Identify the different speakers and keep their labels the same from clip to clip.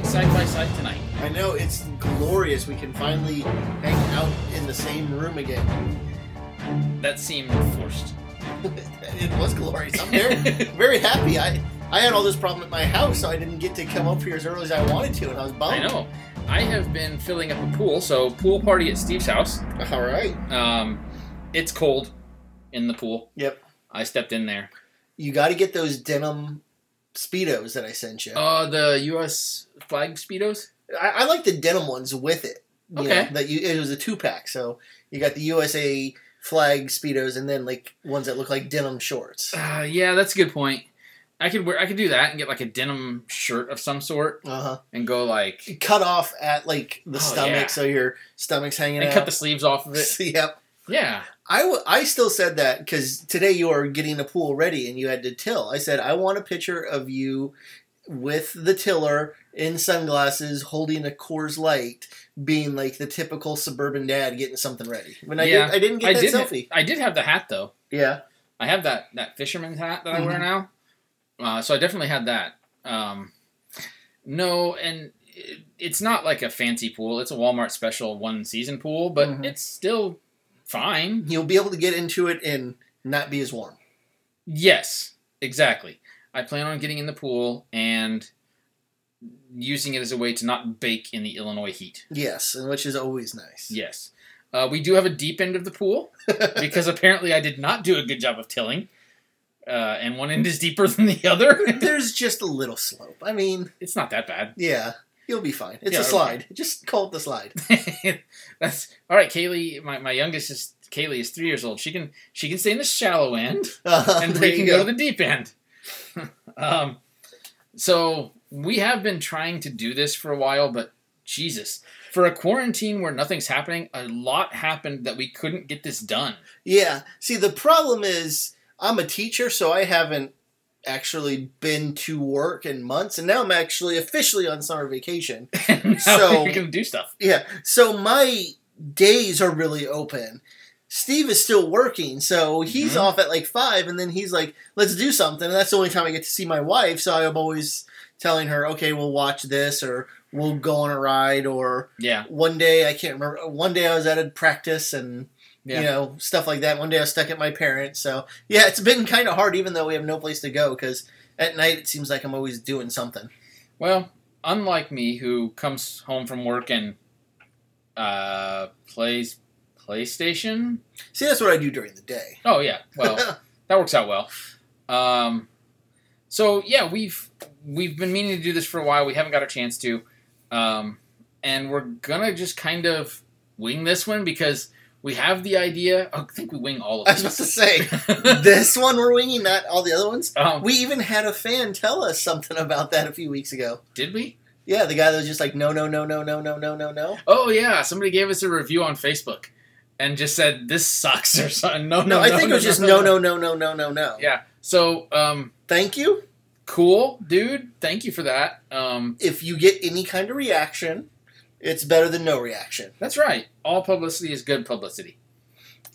Speaker 1: outside tonight.
Speaker 2: I know it's glorious. We can finally hang out in the same room again.
Speaker 1: That seemed forced.
Speaker 2: it was glorious. I'm very, very happy. I I had all this problem at my house, so I didn't get to come up here as early as I wanted to, and I was bummed.
Speaker 1: I know. I have been filling up a pool, so pool party at Steve's house.
Speaker 2: All right.
Speaker 1: Um, it's cold in the pool.
Speaker 2: Yep.
Speaker 1: I stepped in there.
Speaker 2: You got to get those denim speedos that I sent you.
Speaker 1: Uh, the U.S. flag speedos.
Speaker 2: I, I like the denim ones with it. You
Speaker 1: Okay.
Speaker 2: know, that you it was a two pack, so you got the USA flag speedos, and then like ones that look like denim shorts.
Speaker 1: Uh, yeah, that's a good point. I could wear. I could do that and get like a denim shirt of some sort
Speaker 2: Uh huh.
Speaker 1: and go like
Speaker 2: Cut off at like the
Speaker 1: Oh,
Speaker 2: stomach,
Speaker 1: yeah.
Speaker 2: so your stomach's hanging
Speaker 1: and
Speaker 2: out.
Speaker 1: cut the sleeves off of it.
Speaker 2: yep.
Speaker 1: Yeah.
Speaker 2: I, w- I still said that because today you are getting the pool ready and you had to till. I said, I want a picture of you with the tiller in sunglasses holding a Coors Light, being like the typical suburban dad getting something ready. When I,
Speaker 1: Yeah,
Speaker 2: did, I didn't get
Speaker 1: I
Speaker 2: that
Speaker 1: did.
Speaker 2: selfie.
Speaker 1: I did have the hat though.
Speaker 2: Yeah.
Speaker 1: I have that that fisherman's hat that I wear
Speaker 2: Mhm.
Speaker 1: now. Uh, so I definitely had that. Um, no, and it, it's not like a fancy pool. It's a Walmart special one season pool, but
Speaker 2: Mhm.
Speaker 1: it's still fine.
Speaker 2: You'll be able to get into it and not be as warm.
Speaker 1: Yes, exactly. I plan on getting in the pool and using it as a way to not bake in the Illinois heat.
Speaker 2: Yes, and which is always nice.
Speaker 1: Yes. Uh, we do have a deep end of the pool because apparently I did not do a good job of tilling. Uh, and one end is deeper than the other.
Speaker 2: There's just a little slope. I mean,
Speaker 1: it's not that bad.
Speaker 2: yeah, you'll be fine. It's
Speaker 1: Yeah,
Speaker 2: a
Speaker 1: okay.
Speaker 2: slide. Just call it the slide.
Speaker 1: That's all right. Kaylee, my, my youngest is Kaylee is three years old. She can she can stay in the shallow end,
Speaker 2: Uh,
Speaker 1: and
Speaker 2: there
Speaker 1: we
Speaker 2: you
Speaker 1: can go. to the deep end. um, so we have been trying to do this for a while, but Jesus, for a quarantine where nothing's happening, a lot happened that we couldn't get this done.
Speaker 2: Yeah. See, the problem is I'm a teacher, so I haven't actually been to work in months, and now I'm actually officially on summer vacation.
Speaker 1: And now
Speaker 2: So-
Speaker 1: we can do stuff.
Speaker 2: Yeah. So my days are really open. Steve is still working, so he's
Speaker 1: Mhm.
Speaker 2: off at like five, and then he's like, "Let's do something." And that's the only time I get to see my wife. So I'm always telling her, "Okay, we'll watch this, or we'll go on a ride, or
Speaker 1: Yeah,
Speaker 2: one day I can't remember. One day I was at a practice, and
Speaker 1: yeah.
Speaker 2: you know, stuff like that. One day I was stuck at my parents. So, yeah, it's been kind of hard, even though we have no place to go, because at night it seems like I'm always doing something.
Speaker 1: Well, unlike me, who comes home from work and uh, plays PlayStation.
Speaker 2: See, that's what I do during the day.
Speaker 1: Oh yeah, well. that works out well. Um, so yeah, we've we've been meaning to do this for a while. We haven't got a chance to, um, and we're gonna just kind of wing this one because we have the idea. Oh, I think we wing all
Speaker 2: I
Speaker 1: of
Speaker 2: was about to
Speaker 1: these.
Speaker 2: say, this one we're winging, not all the other ones.
Speaker 1: um,
Speaker 2: We even had a fan tell us something about that a few weeks ago.
Speaker 1: did we?
Speaker 2: Yeah, the guy that was just like, no, no, no, no, no, no, no, no, no.
Speaker 1: Oh yeah, somebody gave us a review on Facebook and just said this sucks or something. No, no,
Speaker 2: No, I think it was just no,
Speaker 1: no.
Speaker 2: no, no, no, no, no, no.
Speaker 1: Yeah. So um,
Speaker 2: Thank you.
Speaker 1: cool, dude. Thank you for that. Um,
Speaker 2: If you get any kind of reaction, it's better than no reaction.
Speaker 1: that's right. All publicity is good publicity.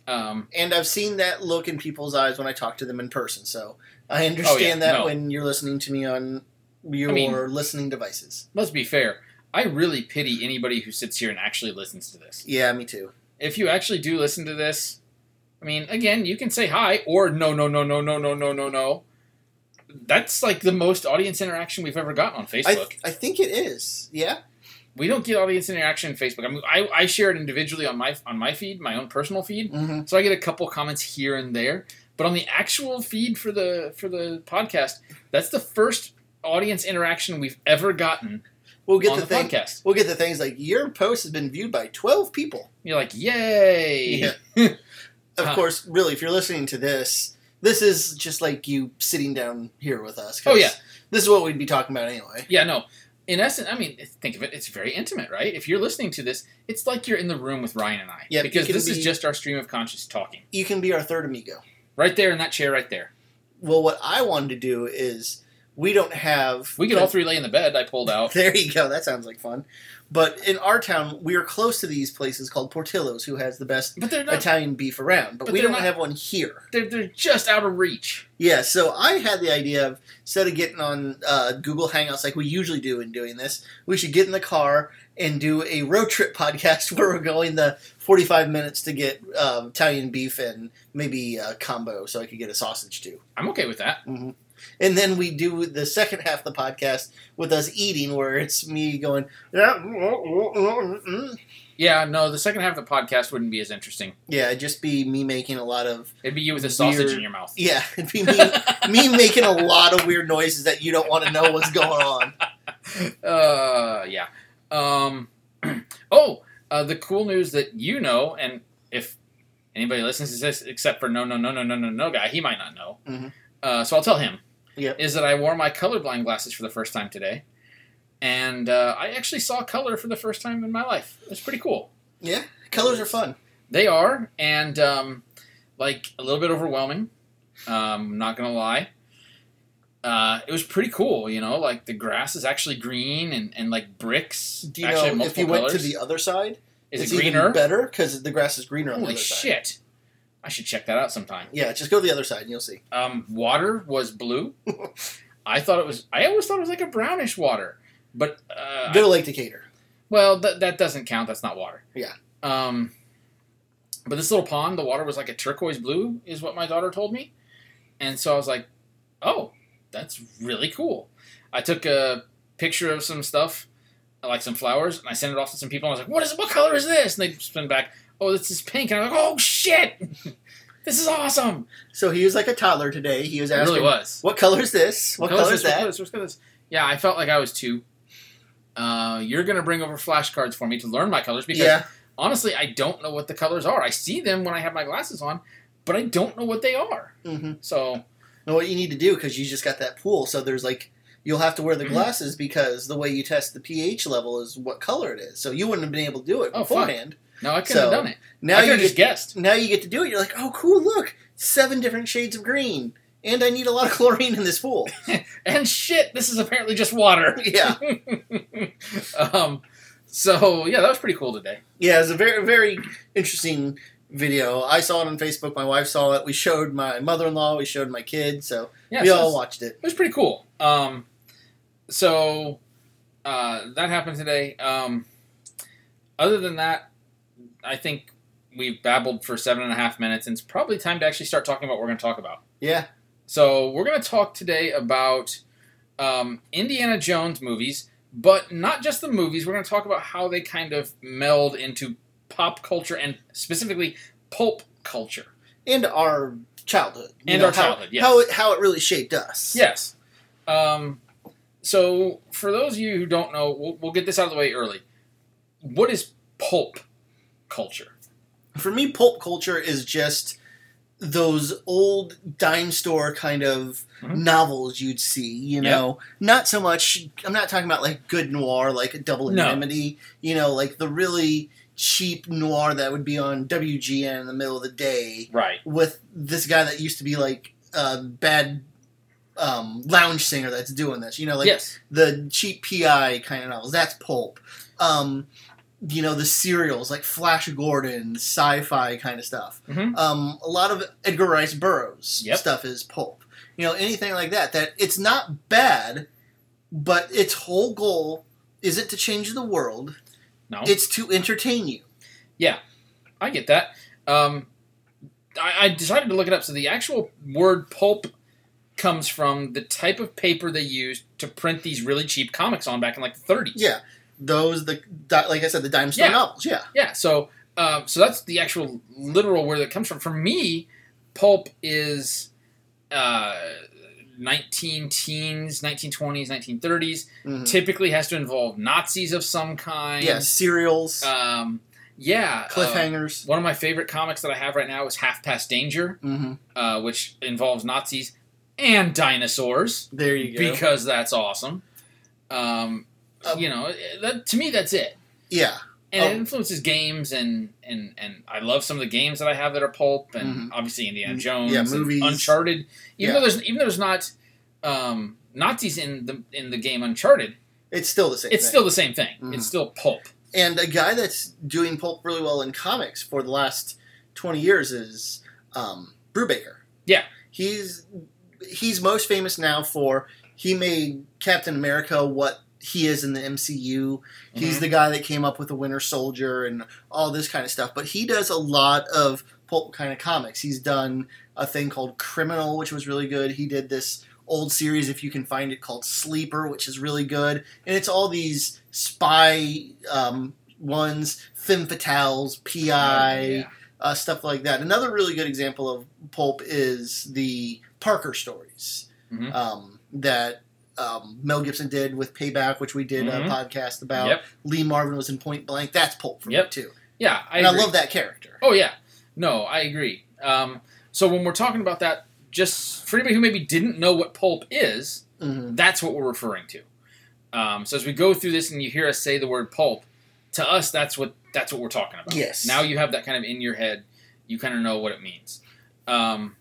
Speaker 1: Um,
Speaker 2: and I've seen that look in people's eyes when I talk to them in person. So I understand that
Speaker 1: Oh, no.
Speaker 2: when you're listening to me on your
Speaker 1: I mean-
Speaker 2: listening devices.
Speaker 1: let's be fair. I really pity anybody who sits here and actually listens to this.
Speaker 2: Yeah, me too.
Speaker 1: If you actually do listen to this, I mean, again, you can say hi or no, no, no, no, no, no, no, no, no. That's like the most audience interaction we've ever gotten on Facebook.
Speaker 2: I, I think it is. Yeah.
Speaker 1: we don't get audience interaction on Facebook. I mean, I, I share it individually on my on my feed, my own personal feed.
Speaker 2: Mm-hmm.
Speaker 1: So I get a couple comments here and there, but on the actual feed for the for the podcast, that's the first audience interaction we've ever gotten
Speaker 2: We'll get
Speaker 1: on
Speaker 2: the,
Speaker 1: the
Speaker 2: thing.
Speaker 1: podcast.
Speaker 2: We'll get the things like your post has been viewed by twelve people.
Speaker 1: You're like, yay!
Speaker 2: Yeah. Of
Speaker 1: Huh.
Speaker 2: course, really, if you're listening to this, this is just like you sitting down here with us. 'cause
Speaker 1: Oh, yeah.
Speaker 2: This is what we'd be talking about anyway.
Speaker 1: Yeah, no. In essence, I mean, think of it. It's very intimate, right? If you're listening to this, it's like you're in the room with Ryan and I.
Speaker 2: Yeah,
Speaker 1: Because
Speaker 2: it can
Speaker 1: this is
Speaker 2: be-
Speaker 1: just our stream of conscious talking.
Speaker 2: You can be our third amigo.
Speaker 1: Right there in that chair, right there.
Speaker 2: Well, what I wanted to do is we don't have
Speaker 1: We could all three lay in the bed. I pulled out.
Speaker 2: There you go. That sounds like fun. But in our town, we are close to these places called Portillo's, who has the best
Speaker 1: But they're not.
Speaker 2: Italian beef around. But,
Speaker 1: But
Speaker 2: we
Speaker 1: they're
Speaker 2: don't
Speaker 1: not-
Speaker 2: have one here.
Speaker 1: They're, they're just out of reach.
Speaker 2: Yeah, so I had the idea of instead of getting on uh, Google Hangouts like we usually do in doing this, we should get in the car and do a road trip podcast where we're going the 45 minutes to get um, Italian beef and maybe a combo so I could get a sausage too.
Speaker 1: I'm okay with that.
Speaker 2: And then we do the second half of the podcast with us eating, where it's me going, yeah, mm, mm, mm, mm."
Speaker 1: Yeah, no, the second half of the podcast wouldn't be as interesting.
Speaker 2: yeah, it'd just be me making a lot of,
Speaker 1: It'd be you with a sausage
Speaker 2: Weird.
Speaker 1: in your mouth.
Speaker 2: yeah, it'd be
Speaker 1: Uh,
Speaker 2: me, me making a lot of weird noises that you don't want to know what's going on.
Speaker 1: Uh, yeah. Um, oh, uh, the cool news that you know, and if anybody listens to this except for no, no, no, no, no, no, no guy, he might not know.
Speaker 2: Mhm.
Speaker 1: Uh, so I'll tell him.
Speaker 2: Yep.
Speaker 1: Is that I wore my colorblind glasses for the first time today, and uh, I actually saw color for the first time in my life. It's pretty cool.
Speaker 2: Yeah, colors are fun.
Speaker 1: They are, and um, like a little bit overwhelming. Um, not gonna lie. Uh, it was pretty cool, you know. Like the grass is actually green, and, and like bricks.
Speaker 2: Do you
Speaker 1: actually have
Speaker 2: know if
Speaker 1: multiple
Speaker 2: you went to
Speaker 1: colors.
Speaker 2: the other side?
Speaker 1: is
Speaker 2: it's
Speaker 1: it greener?
Speaker 2: even better because the grass is greener on the
Speaker 1: Holy
Speaker 2: other side.
Speaker 1: shit! I should check that out sometime.
Speaker 2: Yeah, just go to the other side and you'll see.
Speaker 1: Um, water was blue. I thought it was. I always thought it was like a brownish water, but uh,
Speaker 2: Go to Lake Decatur.
Speaker 1: Well, that that doesn't count. That's not water.
Speaker 2: Yeah.
Speaker 1: Um, but this little pond, the water was like a turquoise blue, is what my daughter told me, and so I was like, "Oh, that's really cool." I took a picture of some stuff, like some flowers, and I sent it off to some people. And I was like, "What is? What color is this?" And they spin back, "Oh, this is pink." And I'm like, "Oh shit, this is awesome!"
Speaker 2: So he was like a toddler today. He was
Speaker 1: It
Speaker 2: asking,
Speaker 1: really was.
Speaker 2: "What color is this? What, color is
Speaker 1: this? What
Speaker 2: that?"
Speaker 1: color is this? What color is this? Yeah, I felt like I was two. Uh, you're gonna bring over flashcards for me to learn my colors because
Speaker 2: yeah,
Speaker 1: honestly, I don't know what the colors are. I see them when I have my glasses on, but I don't know what they are.
Speaker 2: Mm-hmm.
Speaker 1: So
Speaker 2: And what you need to do, because you just got that pool, so there's like, you'll have to wear the
Speaker 1: Mhm.
Speaker 2: glasses because the way you test the pH level is what color it is. So you wouldn't have been able to do it
Speaker 1: Oh, fuck.
Speaker 2: beforehand.
Speaker 1: no, I couldn't
Speaker 2: So,
Speaker 1: have done it.
Speaker 2: Now
Speaker 1: I could
Speaker 2: you
Speaker 1: have
Speaker 2: get,
Speaker 1: just guessed.
Speaker 2: now you get to do it. You're like, oh, cool, look, seven different shades of green, and I need a lot of chlorine in this pool.
Speaker 1: And shit, this is apparently just water.
Speaker 2: yeah,
Speaker 1: um, so yeah, that was pretty cool today.
Speaker 2: yeah, it's a very very interesting video. I saw it on Facebook. My wife saw it. We showed my mother in law. We showed my kids. So
Speaker 1: Yeah,
Speaker 2: we
Speaker 1: so it,
Speaker 2: all
Speaker 1: was,
Speaker 2: watched it.
Speaker 1: it was pretty cool. Um, so uh, that happened today. Um, other than that, I think we've babbled for seven and a half minutes, and it's probably time to actually start talking about what we're going to talk about.
Speaker 2: Yeah,
Speaker 1: So we're going to talk today about um, Indiana Jones movies, but not just the movies. We're going to talk about how they kind of meld into pop culture and specifically pulp culture.
Speaker 2: and our childhood You
Speaker 1: And our
Speaker 2: how-
Speaker 1: childhood, yes.
Speaker 2: How it how it really shaped us.
Speaker 1: Yes. Um, so for those of you who don't know, we'll, we'll get this out of the way early. What is pulp culture?
Speaker 2: for me, pulp culture is just those old dime store kind of
Speaker 1: Mhm.
Speaker 2: novels you'd see. You
Speaker 1: Yep.
Speaker 2: know, not so much. I'm not talking about like good noir, like a Double
Speaker 1: No.
Speaker 2: Indemnity. You know, like the really cheap noir that would be on WGN in the middle of the day
Speaker 1: Right.
Speaker 2: with this guy that used to be like a bad um, lounge singer that's doing this. You know, like
Speaker 1: yes.
Speaker 2: the cheap PI kind of novels. That's pulp. Um, you know, the serials like Flash Gordon, sci-fi kind of stuff.
Speaker 1: Mhm.
Speaker 2: Um, a lot of Edgar Rice Burroughs
Speaker 1: Yep.
Speaker 2: stuff is pulp. You know, anything like that. That it's not bad, but its whole goal isn't to change the world.
Speaker 1: No.
Speaker 2: It's to entertain you.
Speaker 1: I get that. Um, I, I decided to look it up. So the actual word pulp comes from the type of paper they used to print these really cheap comics on back in like the 30s.
Speaker 2: Yeah. Those the di- like I said, the dime store
Speaker 1: Yeah.
Speaker 2: novels. Yeah.
Speaker 1: Yeah, so um, so that's the actual literal where that comes from. For me, pulp is uh, 19 teens, 1920s, 1930s.
Speaker 2: Mhm.
Speaker 1: Typically has to involve Nazis of some kind.
Speaker 2: Yeah. Serials,
Speaker 1: Um, yeah. uh,
Speaker 2: cliffhangers.
Speaker 1: one of my favorite comics that I have right now is Half Past Danger.
Speaker 2: hmm
Speaker 1: uh, which involves Nazis and dinosaurs
Speaker 2: There you go.
Speaker 1: because that's awesome. Um,
Speaker 2: Um,
Speaker 1: you know, that, to me, that's it.
Speaker 2: yeah.
Speaker 1: And it
Speaker 2: um,
Speaker 1: influences games, and, and, and I love some of the games that I have that are pulp, and
Speaker 2: Mhm.
Speaker 1: obviously Indiana
Speaker 2: Mm,
Speaker 1: Jones,
Speaker 2: yeah,
Speaker 1: and
Speaker 2: movies.
Speaker 1: Uncharted. Even
Speaker 2: Yeah.
Speaker 1: though there's even though there's not um, Nazis in the in the game Uncharted,
Speaker 2: It's still the same.
Speaker 1: It's
Speaker 2: thing.
Speaker 1: still the same thing.
Speaker 2: Mhm.
Speaker 1: It's still pulp.
Speaker 2: and a guy that's doing pulp really well in comics for the last 20 years is um, Brubaker.
Speaker 1: Yeah.
Speaker 2: He's he's most famous now for he made Captain America what he is in the MCU.
Speaker 1: Mm-hmm.
Speaker 2: He's the guy that came up with the Winter Soldier and all this kind of stuff, but he does a lot of pulp kind of comics. He's done a thing called Criminal, which was really good. He did this old series if you can find it called Sleeper, which is really good. And it's all these spy um, ones, femme fatales, PI,
Speaker 1: Oh, Yeah.
Speaker 2: uh, stuff like that. Another really good example of pulp is the Parker stories
Speaker 1: Mhm.
Speaker 2: um, that um, Mel Gibson did with Payback, which we did
Speaker 1: Mhm.
Speaker 2: a podcast about.
Speaker 1: Yep.
Speaker 2: Lee Marvin was in Point Blank. That's pulp for
Speaker 1: Yep.
Speaker 2: me too,
Speaker 1: Yeah, I
Speaker 2: and
Speaker 1: agree.
Speaker 2: I love that character.
Speaker 1: Oh yeah, no, I agree. Um, so when we're talking about that, just for anybody who maybe didn't know what pulp is,
Speaker 2: Mhm.
Speaker 1: that's what we're referring to. Um, so as we go through this and you hear us say the word pulp, to us that's what that's what we're talking about.
Speaker 2: Yes.
Speaker 1: Now you have that kind of in your head. You kind of know what it means. Um,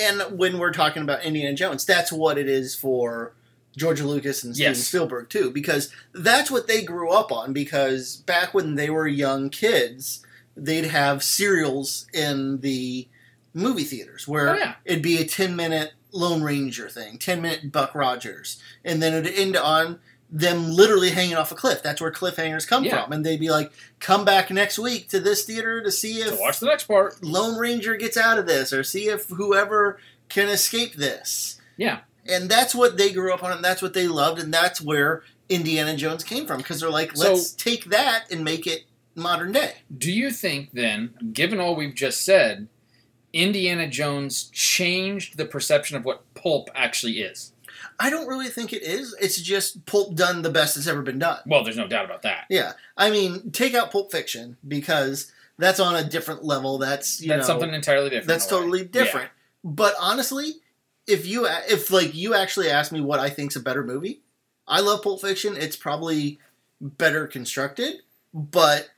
Speaker 2: And when we're talking about Indiana Jones, that's what it is for George Lucas and Steven
Speaker 1: Yes.
Speaker 2: Spielberg too, because that's what they grew up on. Because back when they were young kids, they'd have serials in the movie theaters where
Speaker 1: oh yeah,
Speaker 2: it'd be a 10 minute Lone Ranger thing, 10 minute Buck Rogers. And then it'd end on them literally hanging off a cliff. That's where cliffhangers come
Speaker 1: Yeah.
Speaker 2: from. And they'd be like, come back next week to this theater to see
Speaker 1: so
Speaker 2: if
Speaker 1: watch the next part.
Speaker 2: Lone Ranger gets out of this or see if whoever can escape this.
Speaker 1: Yeah.
Speaker 2: And that's what they grew up on and that's what they loved. And that's where Indiana Jones came from because they're like,
Speaker 1: So-
Speaker 2: let's take that and make it modern day.
Speaker 1: Do you think then, given all we've just said, Indiana Jones changed the perception of what pulp actually is?
Speaker 2: I don't really think it is. It's just pulp done the best it's ever been done.
Speaker 1: Well, there's no doubt about that.
Speaker 2: Yeah, I mean, take out Pulp Fiction because that's on a different level. That's you
Speaker 1: that's
Speaker 2: know,
Speaker 1: something entirely different.
Speaker 2: that's
Speaker 1: in a way.
Speaker 2: totally different. But honestly, if you a- if like you actually ask me what I think's a better movie, I love Pulp Fiction. It's probably better constructed, but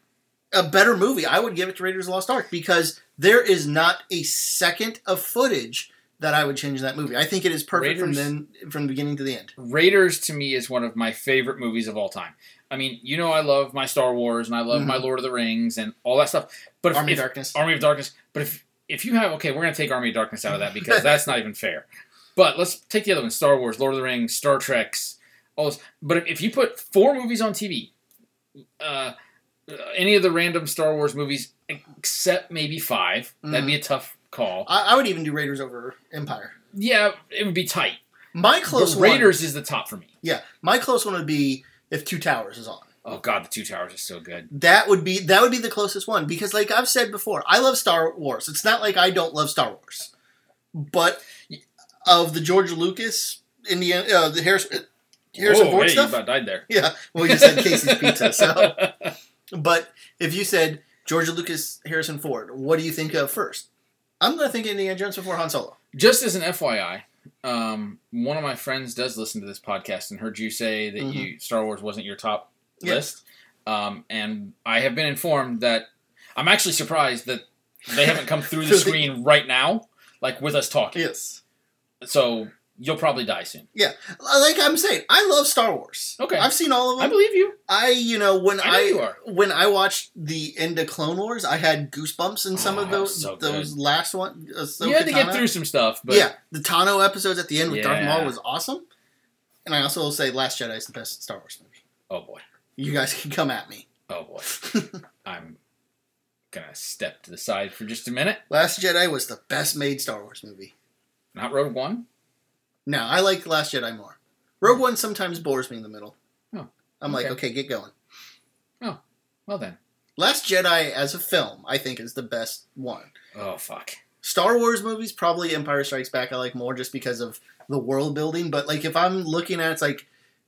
Speaker 2: a better movie I would give it to Raiders of the Lost Ark because there is not a second of footage that I would change in that movie. I think it is perfect from
Speaker 1: Raiders-
Speaker 2: then from the beginning to the end.
Speaker 1: Raiders to me is one of my favorite movies of all time. I mean, you know, I love my Star Wars and I love my Lord of the Rings and all that stuff. But if,
Speaker 2: Mm-hmm. Army of
Speaker 1: if-
Speaker 2: Darkness.
Speaker 1: Army of Darkness. But if if you have okay, we're gonna take Army of Darkness out of that because that's not even fair. But let's take the other one: Star Wars, Lord of the Rings, Star Trek's. All this. But if, if you put four movies on TV, uh, any of the random Star Wars movies except maybe 5 that'd
Speaker 2: Mm-hmm.
Speaker 1: be a tough call.
Speaker 2: I, I would even do Raiders over Empire.
Speaker 1: Yeah, it would be tight.
Speaker 2: My close
Speaker 1: but
Speaker 2: one-
Speaker 1: Raiders is the top for me.
Speaker 2: Yeah, my close one would be if Two Towers is on.
Speaker 1: Oh God, the Two Towers is so good.
Speaker 2: That would be that would be the closest one because, like I've said before, I love Star Wars. It's not like I don't love Star Wars, but of the George Lucas, Indiana, uh, the Harrison, Harrison
Speaker 1: oh,
Speaker 2: Ford
Speaker 1: hey,
Speaker 2: stuff.
Speaker 1: you about died there.
Speaker 2: Yeah, well, you said Casey's Pizza. So, but if you said George Lucas, Harrison Ford, what do you think of first? I'm gonna think Indiana Jones before Han Solo.
Speaker 1: Just as an FYI, um, one of my friends does listen to this podcast and heard you say that
Speaker 2: Mhm.
Speaker 1: you Star Wars wasn't your top
Speaker 2: Yeah.
Speaker 1: list. Um, and I have been informed that I'm actually surprised that they haven't come through the
Speaker 2: Through the-
Speaker 1: screen right now, like with us talking.
Speaker 2: Yes.
Speaker 1: So you'll probably die soon.
Speaker 2: Like I'm saying, I love Star Wars.
Speaker 1: Okay.
Speaker 2: I've seen all of them.
Speaker 1: I believe you.
Speaker 2: I, you know, when
Speaker 1: I know
Speaker 2: I,
Speaker 1: you are.
Speaker 2: when I watched the end of Clone Wars, I had goosebumps in some
Speaker 1: Oh,
Speaker 2: of
Speaker 1: that was
Speaker 2: those
Speaker 1: so good.
Speaker 2: those last one. Uh, Ahsoka
Speaker 1: you had to get
Speaker 2: Tano.
Speaker 1: through some stuff, but
Speaker 2: yeah, the Tano episodes at the end with Darth
Speaker 1: Yeah.
Speaker 2: Maul was awesome. And I also will say, Last Jedi is the best Star Wars movie.
Speaker 1: oh boy,
Speaker 2: You guys can come at me.
Speaker 1: oh boy, I'm gonna step to the side for just a minute.
Speaker 2: Last Jedi was the best made Star Wars movie.
Speaker 1: Not Rogue One.
Speaker 2: Now I like Last Jedi more. Rogue One sometimes bores me in the middle.
Speaker 1: Hmm. Oh,
Speaker 2: I'm like,
Speaker 1: okay.
Speaker 2: okay, get going.
Speaker 1: Well then,
Speaker 2: Last Jedi as a film, I think, is the best one.
Speaker 1: oh fuck.
Speaker 2: Star Wars movies, probably Empire Strikes Back, I like more just because of the world building. But like, if I'm looking at it, it's like,